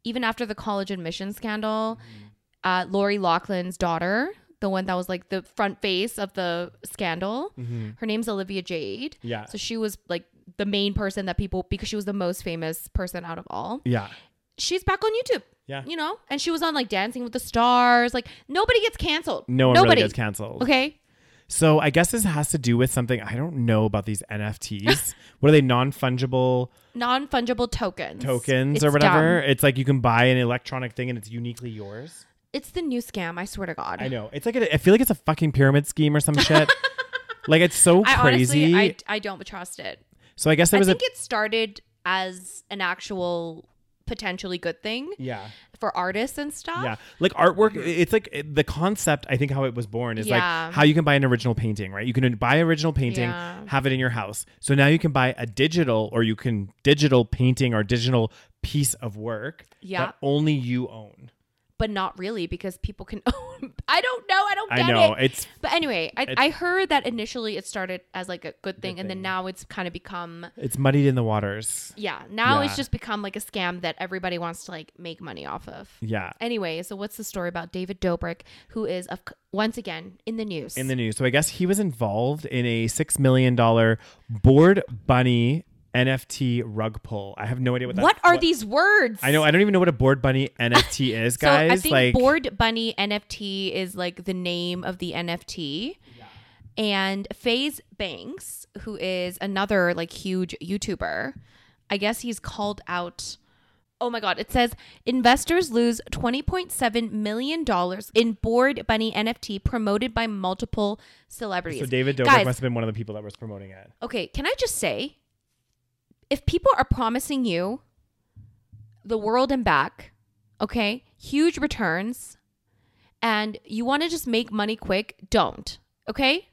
Speaker 3: even after the college admission scandal,
Speaker 2: Mm-hmm.
Speaker 3: uh, Lori Laughlin's daughter, the one that was like the front face of the scandal, her name's Olivia Jade.
Speaker 2: Mm-hmm. Yeah.
Speaker 3: so she was like the main person that people because she was the most famous person out of all.
Speaker 2: Yeah.
Speaker 3: she's back on YouTube.
Speaker 2: Yeah.
Speaker 3: You know, and she was on like Dancing with the Stars. Like nobody gets canceled.
Speaker 2: No one
Speaker 3: nobody
Speaker 2: really gets canceled.
Speaker 3: Okay.
Speaker 2: So I guess this has to do with something I don't know about these NFTs. what are they? Non fungible
Speaker 3: Non fungible tokens.
Speaker 2: tokens
Speaker 3: It's
Speaker 2: or whatever.
Speaker 3: dumb.
Speaker 2: It's like you can buy an electronic thing and it's uniquely yours.
Speaker 3: It's the new scam. I swear to God.
Speaker 2: I know. It's like a, I feel like it's a fucking pyramid scheme or some shit. like it's so
Speaker 3: I
Speaker 2: crazy.
Speaker 3: honestly, I, I don't trust it.
Speaker 2: so I guess there
Speaker 3: I
Speaker 2: was a
Speaker 3: think it started as an actual potentially good thing
Speaker 2: yeah.
Speaker 3: for artists and stuff.
Speaker 2: Yeah. Like artwork, it's like it- the concept, I think, how it was born is
Speaker 3: Yeah.
Speaker 2: like how you can buy an original painting, right? You can buy an original painting,
Speaker 3: Yeah.
Speaker 2: have it in your house. So now you can buy a digital or you can digital painting or digital piece of work
Speaker 3: Yeah.
Speaker 2: that only you own.
Speaker 3: But not really because people can own. I don't know. I don't get
Speaker 2: I know.
Speaker 3: it.
Speaker 2: It's
Speaker 3: But anyway, I, I heard that initially it started as like a good thing, and then now it's kind of become
Speaker 2: it's muddied in the waters.
Speaker 3: yeah. Now
Speaker 2: Yeah.
Speaker 3: it's just become like a scam that everybody wants to like make money off of.
Speaker 2: Yeah.
Speaker 3: Anyway, so what's the story about David Dobrik, who is of, c- once again in the news?
Speaker 2: In the news. So I guess he was involved in a six million dollar board bunny NFT rug pull. I have no idea what that
Speaker 3: what are these words?
Speaker 2: I know. I don't even know what a board bunny NFT is, guys.
Speaker 3: So I think
Speaker 2: like,
Speaker 3: Board Bunny NFT is like the name of the NFT. And FaZe Banks, who is another like huge YouTuber, I guess he's called out. Oh my God. It says investors lose $20.7 million in Board Bunny NFT promoted by multiple celebrities.
Speaker 2: so David Dobrik
Speaker 3: Guys,
Speaker 2: must have been one of the people that was promoting it.
Speaker 3: Okay, can I just say if people are promising you the world and back, okay, huge returns, and you want to just make money quick, don't, okay?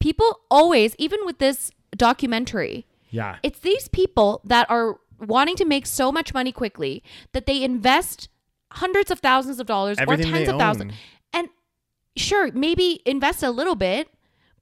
Speaker 3: People always, even with this documentary,
Speaker 2: Yeah.
Speaker 3: it's these people that are wanting to make so much money quickly that they invest hundreds of thousands of dollars
Speaker 2: Everything
Speaker 3: or
Speaker 2: they
Speaker 3: tens of thousands.
Speaker 2: own.
Speaker 3: And sure, maybe invest a little bit,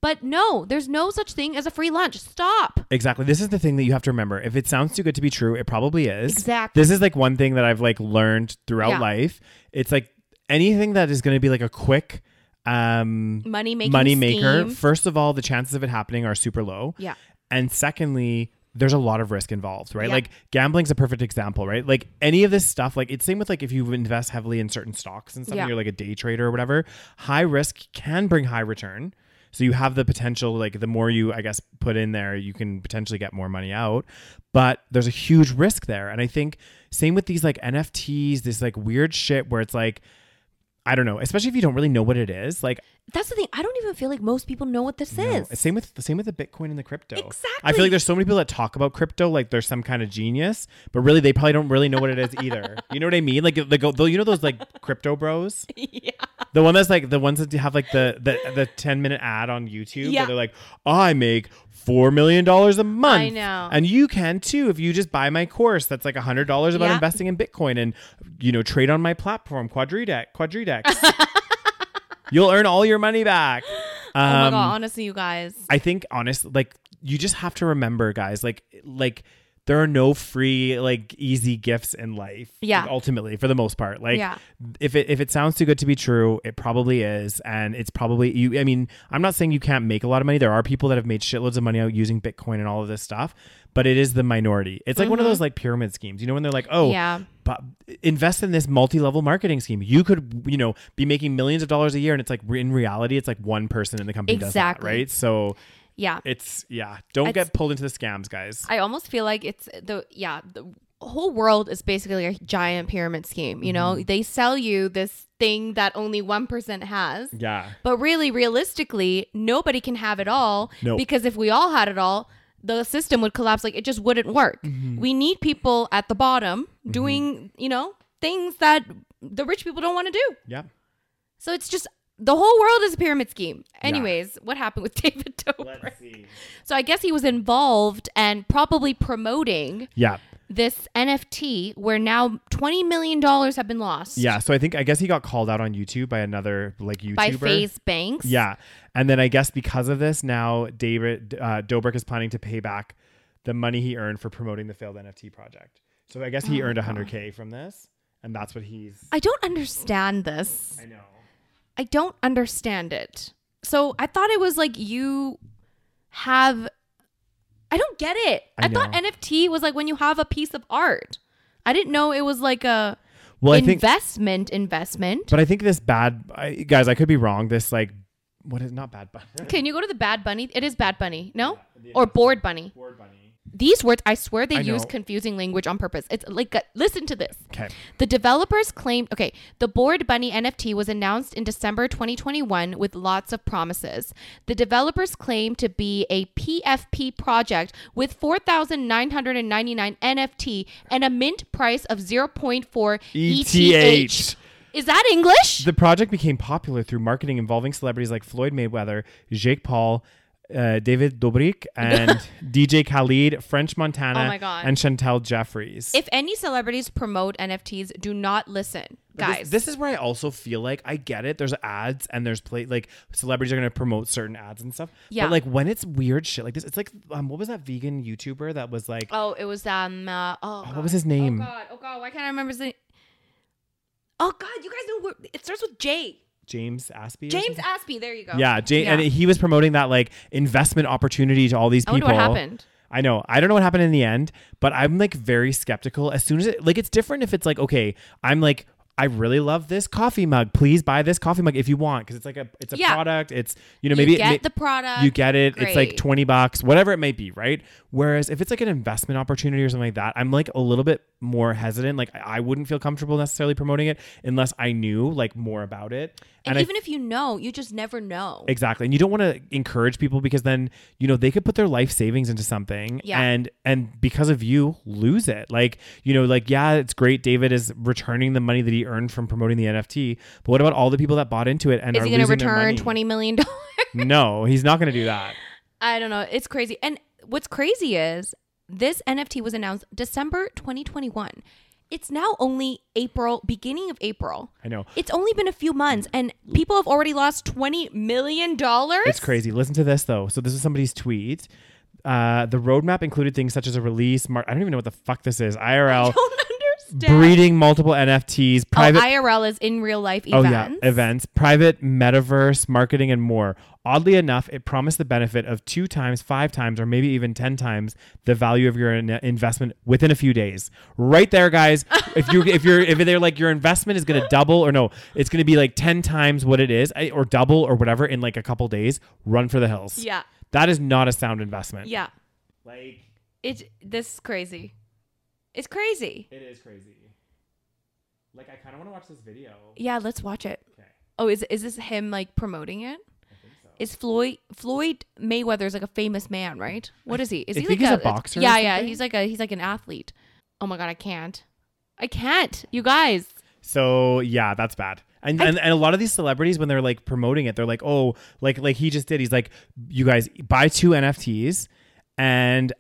Speaker 3: but no, there's no such thing as a free lunch. Stop.
Speaker 2: Exactly. This is the thing that you have to remember. If it sounds too good to be true, it probably is.
Speaker 3: Exactly.
Speaker 2: This is like one thing that I've like learned throughout
Speaker 3: Yeah.
Speaker 2: life. It's like anything that is going to be like a quick um
Speaker 3: Money-making
Speaker 2: money maker.
Speaker 3: scheme.
Speaker 2: First of all, the chances of it happening are super low.
Speaker 3: Yeah.
Speaker 2: And secondly, there's a lot of risk involved, right?
Speaker 3: Yeah.
Speaker 2: Like gambling's a perfect example, right? Like any of this stuff, like it's same with like if you invest heavily in certain stocks and something,
Speaker 3: Yeah.
Speaker 2: you're like a day trader or whatever, high risk can bring high return. So you have the potential, like the more you, I guess, put in there, you can potentially get more money out. But there's a huge risk there. And I think same with these like NFTs, this like weird shit where it's like, I don't know, especially if you don't really know what it is. Like
Speaker 3: That's the thing. I don't even feel like most people know what this
Speaker 2: no.
Speaker 3: is.
Speaker 2: Same with same with the Bitcoin and the crypto. I feel
Speaker 3: Exactly.
Speaker 2: like there's so many people that talk about crypto like there's some kind of genius, but really they probably don't really know what it is either. you know what I mean? Like the go, you know those like crypto bros,
Speaker 3: yeah.
Speaker 2: the one that's like the ones that have like the the, the ten minute ad on YouTube
Speaker 3: Yeah.
Speaker 2: where they're like, I make four million dollars a month.
Speaker 3: I know.
Speaker 2: and you can too if you just buy my course that's like a hundred dollars about
Speaker 3: Yeah.
Speaker 2: investing in Bitcoin and you know trade on my platform Quadridex Quadridex. You'll earn all your money back.
Speaker 3: Oh my
Speaker 2: Um,
Speaker 3: god, honestly, you guys.
Speaker 2: I think honest like you just have to remember guys like like there are no free like easy gifts in life
Speaker 3: Yeah.
Speaker 2: like, ultimately for the most part like
Speaker 3: Yeah.
Speaker 2: if it if it sounds too good to be true it probably is and it's probably you I mean I'm not saying you can't make a lot of money there are people that have made shitloads of money out using bitcoin and all of this stuff but it is the minority it's like one of those like pyramid schemes you know when they're like oh
Speaker 3: Mm-hmm. Yeah.
Speaker 2: but invest in this multi-level marketing scheme you could you know be making millions of dollars a year and it's like re- in reality it's like one person in the company does that
Speaker 3: Exactly.
Speaker 2: right so
Speaker 3: Yeah.
Speaker 2: it's yeah. Don't
Speaker 3: It's-
Speaker 2: get pulled into the scams, guys.
Speaker 3: I almost feel like it's the yeah, the whole world is basically a giant pyramid scheme, you know? They sell you this thing that only 1% has.
Speaker 2: yeah.
Speaker 3: But really realistically, nobody can have it all
Speaker 2: No.
Speaker 3: because if we all had it all, the system would collapse like it just wouldn't work. We need people at the bottom doing, you know, things that the rich people don't want to do.
Speaker 2: Yeah.
Speaker 3: So it's just the whole world is a pyramid scheme. Anyways, what happened with David Dobrik?
Speaker 2: see.
Speaker 3: So I guess he was involved and probably promoting
Speaker 2: Yeah.
Speaker 3: this NFT where now $20 million have been lost
Speaker 2: Yeah. So I think I guess he got called out on YouTube by another like YouTuber.
Speaker 3: by FaZe Banks.
Speaker 2: Yeah. And then I guess because of this, now David uh, Dobrik is planning to pay back the money he earned for promoting the failed NFT project. So I guess
Speaker 3: Oh
Speaker 2: he earned 100k from this, and that's what he's.
Speaker 3: I don't understand this.
Speaker 2: I know.
Speaker 3: I don't understand it. So I thought it was like you have. I don't get it.
Speaker 2: I
Speaker 3: I, thought
Speaker 2: know.
Speaker 3: NFT was like when you have a piece of art. I didn't know it was like a
Speaker 2: Well, I think
Speaker 3: investment investment.
Speaker 2: But I think this bad I, guys. I could be wrong. This like, what is not bad, but
Speaker 3: Can you go to the Bad Bunny? It is Bad Bunny, no? or Bored Bunny.
Speaker 2: Board Bunny.
Speaker 3: These words, I swear they
Speaker 2: I
Speaker 3: use
Speaker 2: know.
Speaker 3: confusing language on purpose. It's like, uh, listen to this.
Speaker 2: Okay.
Speaker 3: The developers claimed, okay, the Board Bunny NFT was announced in December 2021 with lots of promises. The developers claim to be a PFP project with 4,999 NFT and a mint price of 0.4 ETH.
Speaker 2: E ETH.
Speaker 3: E Is that English?
Speaker 2: The project became popular through marketing involving celebrities like Floyd Mayweather, Jake Paul, uh, David Dobrik, and DJ Khalid, French Montana,
Speaker 3: Oh my God.
Speaker 2: and Chantel Jeffries.
Speaker 3: if any celebrities promote NFTs, do not listen,
Speaker 2: But this-
Speaker 3: guys.
Speaker 2: This, is where I also feel like I get it. There's ads and there's play like celebrities are gonna promote certain ads and stuff.
Speaker 3: Yeah.
Speaker 2: But like when it's weird shit like this, it's like um, what was that vegan YouTuber that was like
Speaker 3: oh, it was um. Uh, oh,
Speaker 2: what
Speaker 3: God.
Speaker 2: was his name?
Speaker 3: Oh God! Oh God! Why can't I remember his name? Oh God! You guys know what? It starts with J.
Speaker 2: James Aspie? or
Speaker 3: James
Speaker 2: something?
Speaker 3: Aspie. There you go.
Speaker 2: Yeah, James, and he was promoting that like investment opportunity to all these
Speaker 3: I
Speaker 2: people.
Speaker 3: wonder what happened.
Speaker 2: I know. I don't know what happened in the end, but I'm like very skeptical. As soon as it, like, it's different if it's like, okay, I'm like, I really love this coffee mug. Please buy this coffee mug if you want, because it's like a, it's a
Speaker 3: Yeah.
Speaker 2: product. It's you know maybe
Speaker 3: you
Speaker 2: it
Speaker 3: get
Speaker 2: may-
Speaker 3: the product.
Speaker 2: you get it. It's like
Speaker 3: Great.
Speaker 2: twenty bucks, whatever it may be, right? Whereas if it's like an investment opportunity or something like that, I'm like a little bit more hesitant. Like I I wouldn't feel comfortable necessarily promoting it unless I knew like more about it.
Speaker 3: and,
Speaker 2: I
Speaker 3: even if you know, you just never know.
Speaker 2: Exactly. And you don't want to encourage people because then, you know, they could put their life savings into something
Speaker 3: Yeah.
Speaker 2: and and because of you lose it. Like, you know, like yeah, it's great David is returning the money that he earned from promoting the NFT, but what about all the people that bought into it and
Speaker 3: Is
Speaker 2: are
Speaker 3: he
Speaker 2: going to
Speaker 3: return twenty million dollars?
Speaker 2: No, he's not going to do that.
Speaker 3: I don't know. It's crazy. And what's crazy is this NFT was announced December 2021. It's now only April, beginning of April.
Speaker 2: I know.
Speaker 3: It's only been a few months, and people have already lost twenty million dollars.
Speaker 2: It's crazy. Listen to this though. So this is somebody's tweet. Uh, the roadmap included things such as a release, mar- I don't even know what the fuck this is. IRL,
Speaker 3: Don't understand.
Speaker 2: breeding multiple NFTs, private
Speaker 3: oh, IRL is in real life events.
Speaker 2: Oh, yeah, events, private metaverse marketing, and more. Oddly enough, it promised the benefit of two times, five times, or maybe even ten times the value of your in- investment within a few days. Right there, guys. if you if you're if they're like your investment is going to double or no, it's going to be like ten times what it is, eh, or double or whatever in like a couple days. Run for the hills.
Speaker 3: Yeah.
Speaker 2: That is not a sound investment.
Speaker 3: Yeah.
Speaker 2: Like
Speaker 3: It's this is crazy. It's crazy.
Speaker 2: it is crazy. Like I kind of want to watch this video.
Speaker 3: Yeah, let's watch it.
Speaker 2: Okay.
Speaker 3: Oh, is is this him like promoting it?
Speaker 2: I think so.
Speaker 3: Is Floyd Floyd Mayweather is like a famous man, right? What is he? Is
Speaker 2: I
Speaker 3: he
Speaker 2: think
Speaker 3: like
Speaker 2: he's a boxer or
Speaker 3: Yeah, yeah.
Speaker 2: something.
Speaker 3: He's like a he's like an athlete. Oh my god, I can't. I can't. You guys.
Speaker 2: So yeah, that's bad. And, and and a lot of these celebrities when they're like promoting it, they're like, oh, like like he just did. He's like, you guys buy two NFTs, and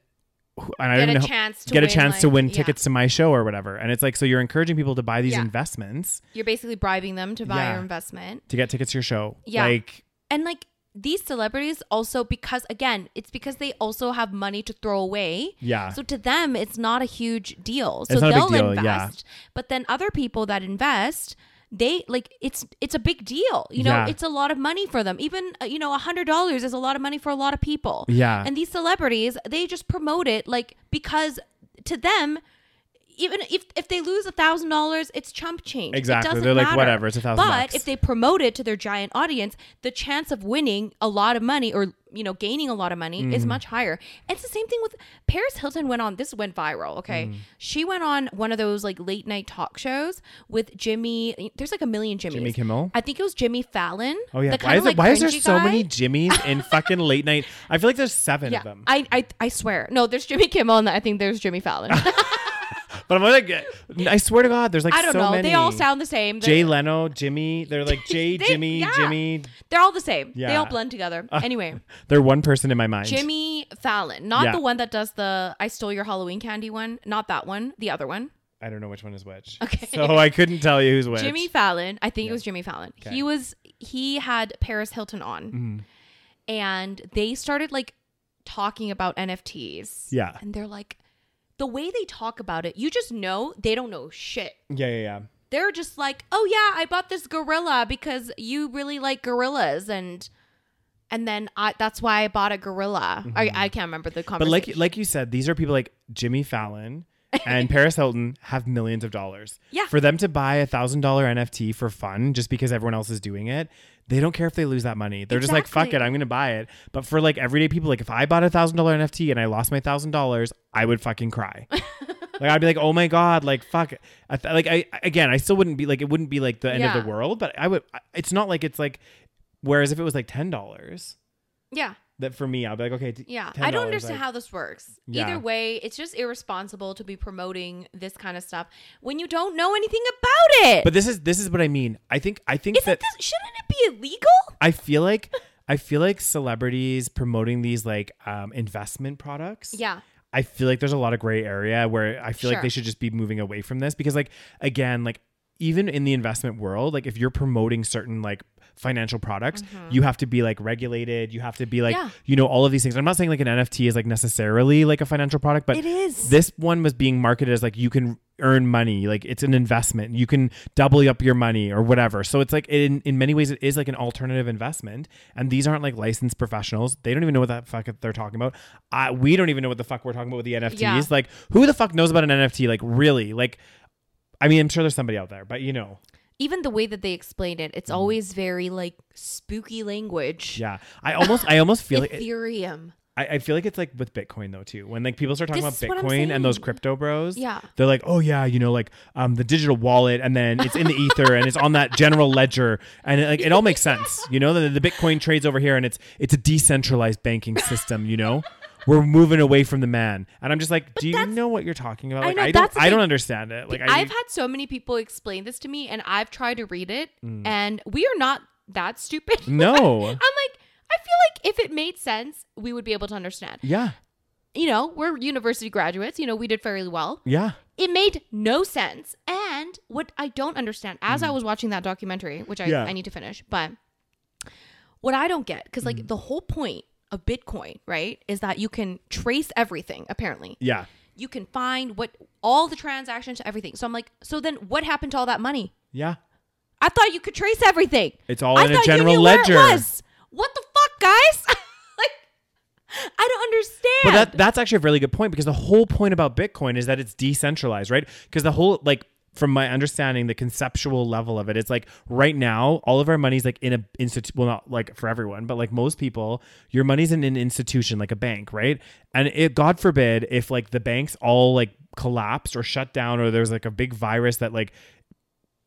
Speaker 2: and I
Speaker 3: Get
Speaker 2: don't
Speaker 3: a
Speaker 2: know,
Speaker 3: chance to
Speaker 2: get a
Speaker 3: win,
Speaker 2: chance to
Speaker 3: like-
Speaker 2: win
Speaker 3: yeah.
Speaker 2: tickets to my show or whatever. And it's like, so you're encouraging people to buy these
Speaker 3: Yeah.
Speaker 2: investments
Speaker 3: You're basically bribing them to buy
Speaker 2: Yeah.
Speaker 3: your investment.
Speaker 2: to get tickets to your show.
Speaker 3: Yeah.
Speaker 2: like
Speaker 3: And like these celebrities also because again, it's because they also have money to throw away.
Speaker 2: yeah,
Speaker 3: So to them, it's not a huge deal. So
Speaker 2: It's not a
Speaker 3: they'll
Speaker 2: big deal,
Speaker 3: invest,
Speaker 2: yeah.
Speaker 3: but then other people that invest, they like it's it's a big deal. You know,
Speaker 2: Yeah.
Speaker 3: it's a lot of money for them. Even uh, you know, a hundred dollars is a lot of money for a lot of people.
Speaker 2: Yeah.
Speaker 3: and these celebrities, they just promote it like because to them. Even if, if they lose a thousand dollars, it's chump change. It
Speaker 2: Exactly.
Speaker 3: doesn't
Speaker 2: They're like,
Speaker 3: matter.
Speaker 2: whatever, it's
Speaker 3: But
Speaker 2: $1,000 bucks.
Speaker 3: if they promote it to their giant audience, the chance of winning a lot of money or you know gaining a lot of money
Speaker 2: Mm.
Speaker 3: is much higher. It's the same thing with Paris Hilton went on. This went viral. Okay,
Speaker 2: Mm.
Speaker 3: she went on one of those like late night talk shows with Jimmy. There's like a million Jimmys.
Speaker 2: Jimmy Kimmel?
Speaker 3: I think it was Jimmy Fallon.
Speaker 2: oh yeah.
Speaker 3: the
Speaker 2: Why
Speaker 3: kinda,
Speaker 2: is it,
Speaker 3: like,
Speaker 2: why is there
Speaker 3: cringy
Speaker 2: so
Speaker 3: guy.
Speaker 2: many Jimmys in fucking late night? I feel like there's seven
Speaker 3: Yeah,
Speaker 2: of them.
Speaker 3: I, I I swear. No, there's Jimmy Kimmel, and I think there's Jimmy Fallon.
Speaker 2: but I'm like, I swear to God, there's like
Speaker 3: I don't
Speaker 2: so
Speaker 3: know.
Speaker 2: many.
Speaker 3: They all sound the same. They're,
Speaker 2: Jay Leno, Jimmy. They're like Jay,
Speaker 3: They-
Speaker 2: Jimmy,
Speaker 3: yeah.
Speaker 2: Jimmy.
Speaker 3: they're all the same. They
Speaker 2: Yeah.
Speaker 3: all blend together. Anyway.
Speaker 2: They're one person in my mind.
Speaker 3: Jimmy Fallon, not
Speaker 2: Yeah.
Speaker 3: the one that does the I stole your Halloween candy one, not that one, the other one.
Speaker 2: I don't know which one is which.
Speaker 3: Okay.
Speaker 2: So I couldn't tell you who's which.
Speaker 3: Jimmy Fallon, I think it was Jimmy Fallon.
Speaker 2: Okay. Mm-hmm.
Speaker 3: He was he had Paris Hilton on. And they started like talking about NFTs.
Speaker 2: Yeah.
Speaker 3: And they're like the way they talk about it, you just know they don't know shit.
Speaker 2: Yeah, yeah, yeah.
Speaker 3: They're just like, "Oh yeah, I bought this gorilla because you really like gorillas and and then I that's why I bought a gorilla." I, I can't remember the
Speaker 2: Mm-hmm. But
Speaker 3: conversation.
Speaker 2: like like you said, these are people like Jimmy Fallon and Paris Hilton have millions of dollars.
Speaker 3: Yeah.
Speaker 2: For them to buy a thousand dollar NFT for fun just because everyone else is doing it, they don't care if they lose that money. They're just like, fuck
Speaker 3: Exactly.
Speaker 2: it, I'm gonna buy it. But for like everyday people, like if I bought a thousand dollar NFT and I lost my thousand dollars, I would fucking cry. like I'd be like, oh my god, like fuck. I th- like I again, I still wouldn't be like it wouldn't be like the end
Speaker 3: Yeah.
Speaker 2: of the world, but I would. I- It's not like it's like. Whereas if it was like ten dollars,
Speaker 3: Yeah.
Speaker 2: that for me, I'd be like, okay, t-
Speaker 3: Yeah.
Speaker 2: $10,
Speaker 3: I don't understand
Speaker 2: like-
Speaker 3: how this works.
Speaker 2: Yeah.
Speaker 3: Either way, it's just irresponsible to be promoting this kind of stuff when you don't know anything about it.
Speaker 2: But this is this is what I mean. I think I think
Speaker 3: Isn't
Speaker 2: that
Speaker 3: this shouldn't it be illegal?
Speaker 2: I feel like I feel like celebrities promoting these like um, investment products.
Speaker 3: Yeah.
Speaker 2: I feel like there's a lot of gray area where I feel
Speaker 3: Sure.
Speaker 2: like they should just be moving away from this because like again, like even in the investment world, like if you're promoting certain like financial products, you have to be like regulated, you have to be like
Speaker 3: Mm-hmm. Yeah.
Speaker 2: you know all of these things. I'm not saying like an NFT is like necessarily like a financial product, but
Speaker 3: It is.
Speaker 2: this one was being marketed as like you can earn money like it's an investment you can double up your money or whatever so it's like in in many ways it is like an alternative investment and these aren't like licensed professionals they don't even know what the fuck they're talking about I, we don't even know what the fuck we're talking about with the nfts
Speaker 3: Yeah.
Speaker 2: like who the fuck knows about an nft like really like i mean i'm sure there's somebody out there but you know
Speaker 3: Even the way that they explain it, it's always very like spooky language.
Speaker 2: Mm. yeah i almost i almost feel like
Speaker 3: Ethereum.
Speaker 2: I, I feel like it's like with Bitcoin though too. When like people start talking
Speaker 3: This is what
Speaker 2: about
Speaker 3: I'm
Speaker 2: Bitcoin and those
Speaker 3: saying.
Speaker 2: crypto bros,
Speaker 3: Yeah.
Speaker 2: they're like, oh yeah, you know, like um the digital wallet, and then it's in the ether and it's on that general ledger, and it, like it all makes sense, you know. The, the Bitcoin trades over here, and it's it's a decentralized banking system, you know. We're moving away from the man, and I'm just like, do you know what you're talking about?
Speaker 3: I
Speaker 2: Like,
Speaker 3: know,
Speaker 2: I,
Speaker 3: that's the
Speaker 2: don't, I don't
Speaker 3: thing.
Speaker 2: understand it. Like, I,
Speaker 3: I've had so many people explain this to me, and I've tried to read it, and we are not that stupid. I'm
Speaker 2: Mm. no,
Speaker 3: like, I feel like if it made sense, we would be able to understand.
Speaker 2: yeah,
Speaker 3: You know, we're university graduates. You know, we did fairly well.
Speaker 2: yeah,
Speaker 3: It made no sense. And what I don't understand, as I was watching that documentary, which I,
Speaker 2: Mm-hmm. Yeah.
Speaker 3: I need to finish, but what I don't get, because like
Speaker 2: Mm.
Speaker 3: the whole point of Bitcoin, right, is that you can trace everything, apparently
Speaker 2: yeah,
Speaker 3: you can find what all the transactions everything so i'm like so then what happened to all that money
Speaker 2: yeah.
Speaker 3: i thought you could trace everything
Speaker 2: It's all
Speaker 3: I
Speaker 2: in a
Speaker 3: thought you
Speaker 2: general
Speaker 3: knew where it
Speaker 2: ledger.
Speaker 3: was. what the fuck guys like i don't understand
Speaker 2: But that that's actually a really good point because the whole point about Bitcoin is that it's decentralized, right? Because the whole like from my understanding, the conceptual level of it, it's like right now all of our money's like in a institute. Well, not like for everyone, but like most people, your money's in an institution like a bank, right? And it, God forbid, if like the banks all like collapsed or shut down, or there's like a big virus that like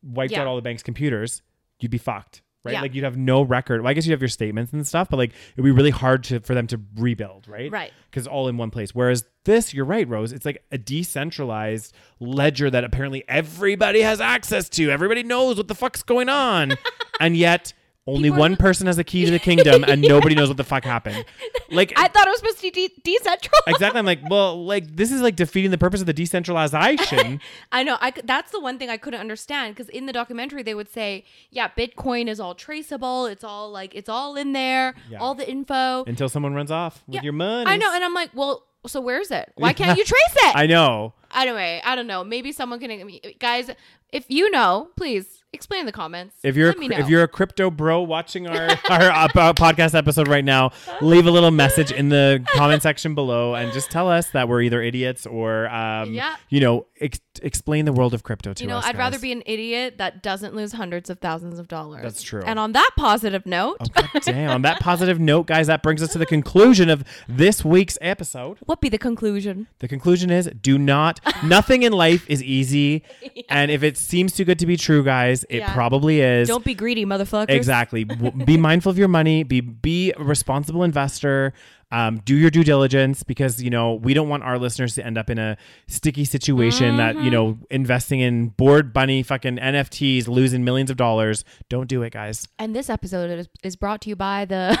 Speaker 2: wiped
Speaker 3: Yeah.
Speaker 2: out all the bank's computers, you'd be fucked. Right,
Speaker 3: Yeah.
Speaker 2: like you'd have no record. Well, I guess you would have your statements and stuff, but like it'd be really hard to for them to rebuild, right?
Speaker 3: Right.
Speaker 2: because all in one place. Whereas this, you're right, Rose. It's like a decentralized ledger that apparently everybody has access to. Everybody knows what the fuck's going on, and yet only
Speaker 3: People are
Speaker 2: one person has the key to the kingdom, and nobody knows what the fuck happened. Like
Speaker 3: i thought it was supposed to be de- decentralized
Speaker 2: exactly, I'm like, well, like this is like defeating the purpose of the decentralization.
Speaker 3: I know. I c- that's the one thing I couldn't understand because in the documentary they would say, "Yeah, Bitcoin is all traceable. It's all like it's all in there,
Speaker 2: Yeah.
Speaker 3: all the info."
Speaker 2: until someone runs off with
Speaker 3: Yeah,
Speaker 2: your money.
Speaker 3: I know, and I'm like, "Well, so where is it? Why can't you trace it?"
Speaker 2: I know.
Speaker 3: Anyway, I don't know. Maybe someone can, guys. If you know, please explain in the comments.
Speaker 2: If you're a,
Speaker 3: Let me
Speaker 2: cr- if
Speaker 3: know.
Speaker 2: you're a crypto bro watching our our uh, po- podcast episode right now, leave a little message in the comment section below and just tell us that we're either idiots or um
Speaker 3: Yeah.
Speaker 2: you know ex- explain the world of crypto to
Speaker 3: you know,
Speaker 2: us.
Speaker 3: I'd rather
Speaker 2: guys.
Speaker 3: be an idiot that doesn't lose hundreds of thousands of dollars.
Speaker 2: That's true. Oh.
Speaker 3: And on that positive note,
Speaker 2: God damn. On that positive note, guys, that brings us to the conclusion of this week's episode.
Speaker 3: what be the conclusion?
Speaker 2: The conclusion is do not, nothing in life is easy. And if it seems too good to be true, guys, it
Speaker 3: Yeah.
Speaker 2: probably is.
Speaker 3: Don't be greedy, motherfuckers.
Speaker 2: Exactly. W- be mindful of your money. Be be a responsible investor. Um, do your due diligence because you know we don't want our listeners to end up in a sticky situation that you
Speaker 3: Mm-hmm.
Speaker 2: know investing in board bunny fucking NFTs, losing millions of dollars. Don't do it, guys.
Speaker 3: And this episode is, is brought to you by the.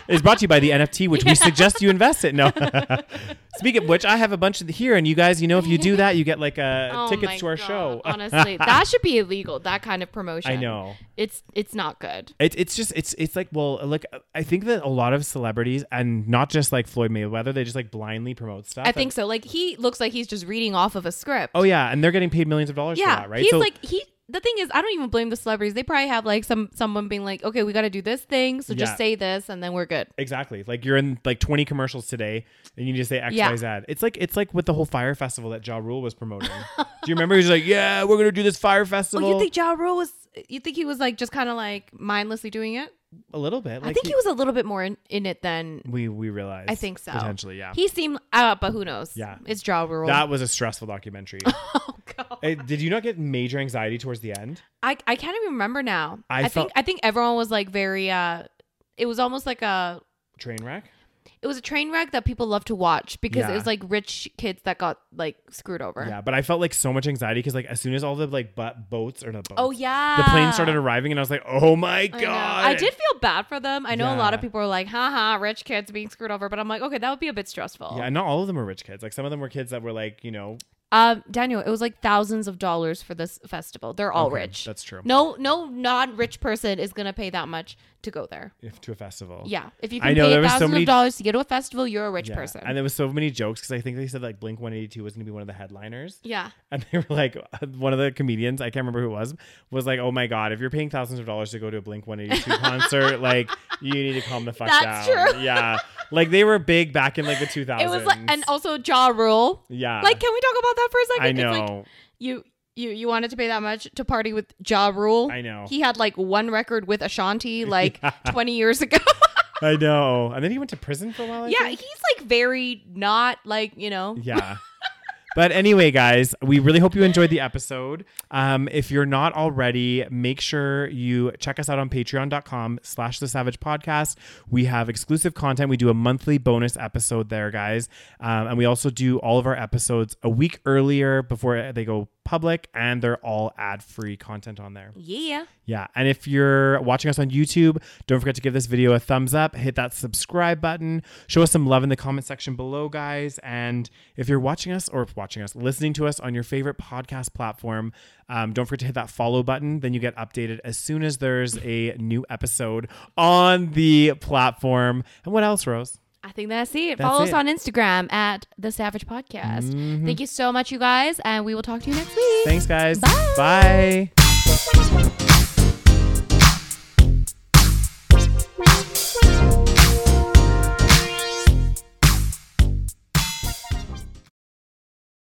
Speaker 2: it's brought to you by the NFT, which we suggest you invest in. No. Speaking of which, I have a bunch of here, and you guys, you know, if you do that, you get like uh,
Speaker 3: Oh my
Speaker 2: tickets to our
Speaker 3: God,
Speaker 2: show.
Speaker 3: Honestly, that should be illegal. That kind of promotion.
Speaker 2: I know.
Speaker 3: It's it's not good.
Speaker 2: It, it's just it's it's like well like I think that a lot of celebrities and not just like Floyd Mayweather they just like blindly promote stuff.
Speaker 3: I think so. Like he looks like he's just reading off of a script.
Speaker 2: oh yeah, and they're getting paid millions of dollars
Speaker 3: yeah.
Speaker 2: for that, right?
Speaker 3: He's
Speaker 2: so
Speaker 3: like he. the thing is, I don't even blame the celebrities. They probably have like some someone being like, "Okay, we got to do this thing, so
Speaker 2: Yeah.
Speaker 3: just say this, and then we're good."
Speaker 2: Exactly. Like you're in like 20 commercials today and you need to say X,
Speaker 3: Yeah.
Speaker 2: Y, Z. It's like it's like with the whole fire festival that Ja Rule was promoting. do you remember he's like, Yeah, we're gonna do this fire festival?
Speaker 3: Well, Oh, you think Ja Rule was? You think he was like just kind of like mindlessly doing it?
Speaker 2: a little bit.
Speaker 3: I
Speaker 2: Like
Speaker 3: think he, was a little bit more in, in it than
Speaker 2: we we realized.
Speaker 3: I think so.
Speaker 2: Potentially, yeah.
Speaker 3: He seemed, uh, but who knows?
Speaker 2: Yeah.
Speaker 3: it's Ja Rule.
Speaker 2: that was a stressful documentary.
Speaker 3: oh god,
Speaker 2: Eh, did you not get major anxiety towards the end?
Speaker 3: I, I can't even remember now.
Speaker 2: I
Speaker 3: I,
Speaker 2: felt-
Speaker 3: think I think everyone was like very. uh It was almost like a.
Speaker 2: Train wreck?
Speaker 3: It was a train wreck that people love to watch because
Speaker 2: Yeah.
Speaker 3: it was like rich kids that got like screwed over.
Speaker 2: Yeah, but I felt like so much anxiety because like as soon as all the like but boats or not boats.
Speaker 3: Oh yeah.
Speaker 2: The plane started arriving and I was like, oh my
Speaker 3: I
Speaker 2: god.
Speaker 3: know. I did feel bad for them. I know a lot of
Speaker 2: Yeah.
Speaker 3: people are like, haha, rich kids being screwed over, but I'm like, okay, that would be a bit stressful.
Speaker 2: Yeah, and not all of them were rich kids. Like some of them were kids that were like, you know,
Speaker 3: Um, Daniel, it was like thousands of dollars for this festival. They're all
Speaker 2: okay,
Speaker 3: rich.
Speaker 2: That's true.
Speaker 3: No, no non-rich person is gonna pay that much to go there.
Speaker 2: If to a festival.
Speaker 3: Yeah, if you
Speaker 2: Oh. I
Speaker 3: can
Speaker 2: know, there
Speaker 3: pay
Speaker 2: was so
Speaker 3: thousands
Speaker 2: many-
Speaker 3: of dollars to get to a festival, you're a rich
Speaker 2: Yeah.
Speaker 3: person.
Speaker 2: And there was so many jokes because I think they said like Blink 182 was going to be one of the headliners.
Speaker 3: yeah,
Speaker 2: And they were like, one of the comedians, I can't remember who it was, was like, oh my God, if you're paying thousands of dollars to go to a Blink 182 concert, like, you need to calm the fuck
Speaker 3: That's
Speaker 2: down.
Speaker 3: true.
Speaker 2: Yeah. Like, they were big back in like the 2000s.
Speaker 3: it was like, and also Jaw Rule.
Speaker 2: yeah.
Speaker 3: Like, can we talk about that for a second?
Speaker 2: I know.
Speaker 3: It's like you, you, you wanted to pay that much to party with Jaw Rule.
Speaker 2: I know.
Speaker 3: He had like one record with Ashanti like 20 years ago.
Speaker 2: I know. And then he went to prison for a while. I
Speaker 3: yeah,
Speaker 2: think?
Speaker 3: he's like very not like you know.
Speaker 2: Yeah. But anyway, guys, we really hope you enjoyed the episode. Um, if you're not already, make sure you check us out on patreon.com slash the savage podcast. We have exclusive content. We do a monthly bonus episode there, guys. Um, and we also do all of our episodes a week earlier before they go public, and they're all ad-free content on there.
Speaker 3: Yeah.
Speaker 2: Yeah. And if you're watching us on YouTube, don't forget to give this video a thumbs up, hit that subscribe button, show us some love in the comment section below, guys. And if you're watching us or watching us, listening to us on your favorite podcast platform, um, don't forget to hit that follow button. Then you get updated as soon as there's a new episode on the platform. And what else, Rose?
Speaker 3: I think that's it.
Speaker 2: That's
Speaker 3: Follow us
Speaker 2: it.
Speaker 3: on
Speaker 2: Mm-hmm.
Speaker 3: Instagram at The Savage Podcast. Thank you so much, you guys, and we will talk to you next week.
Speaker 2: Thanks, guys.
Speaker 3: Bye.
Speaker 2: Bye.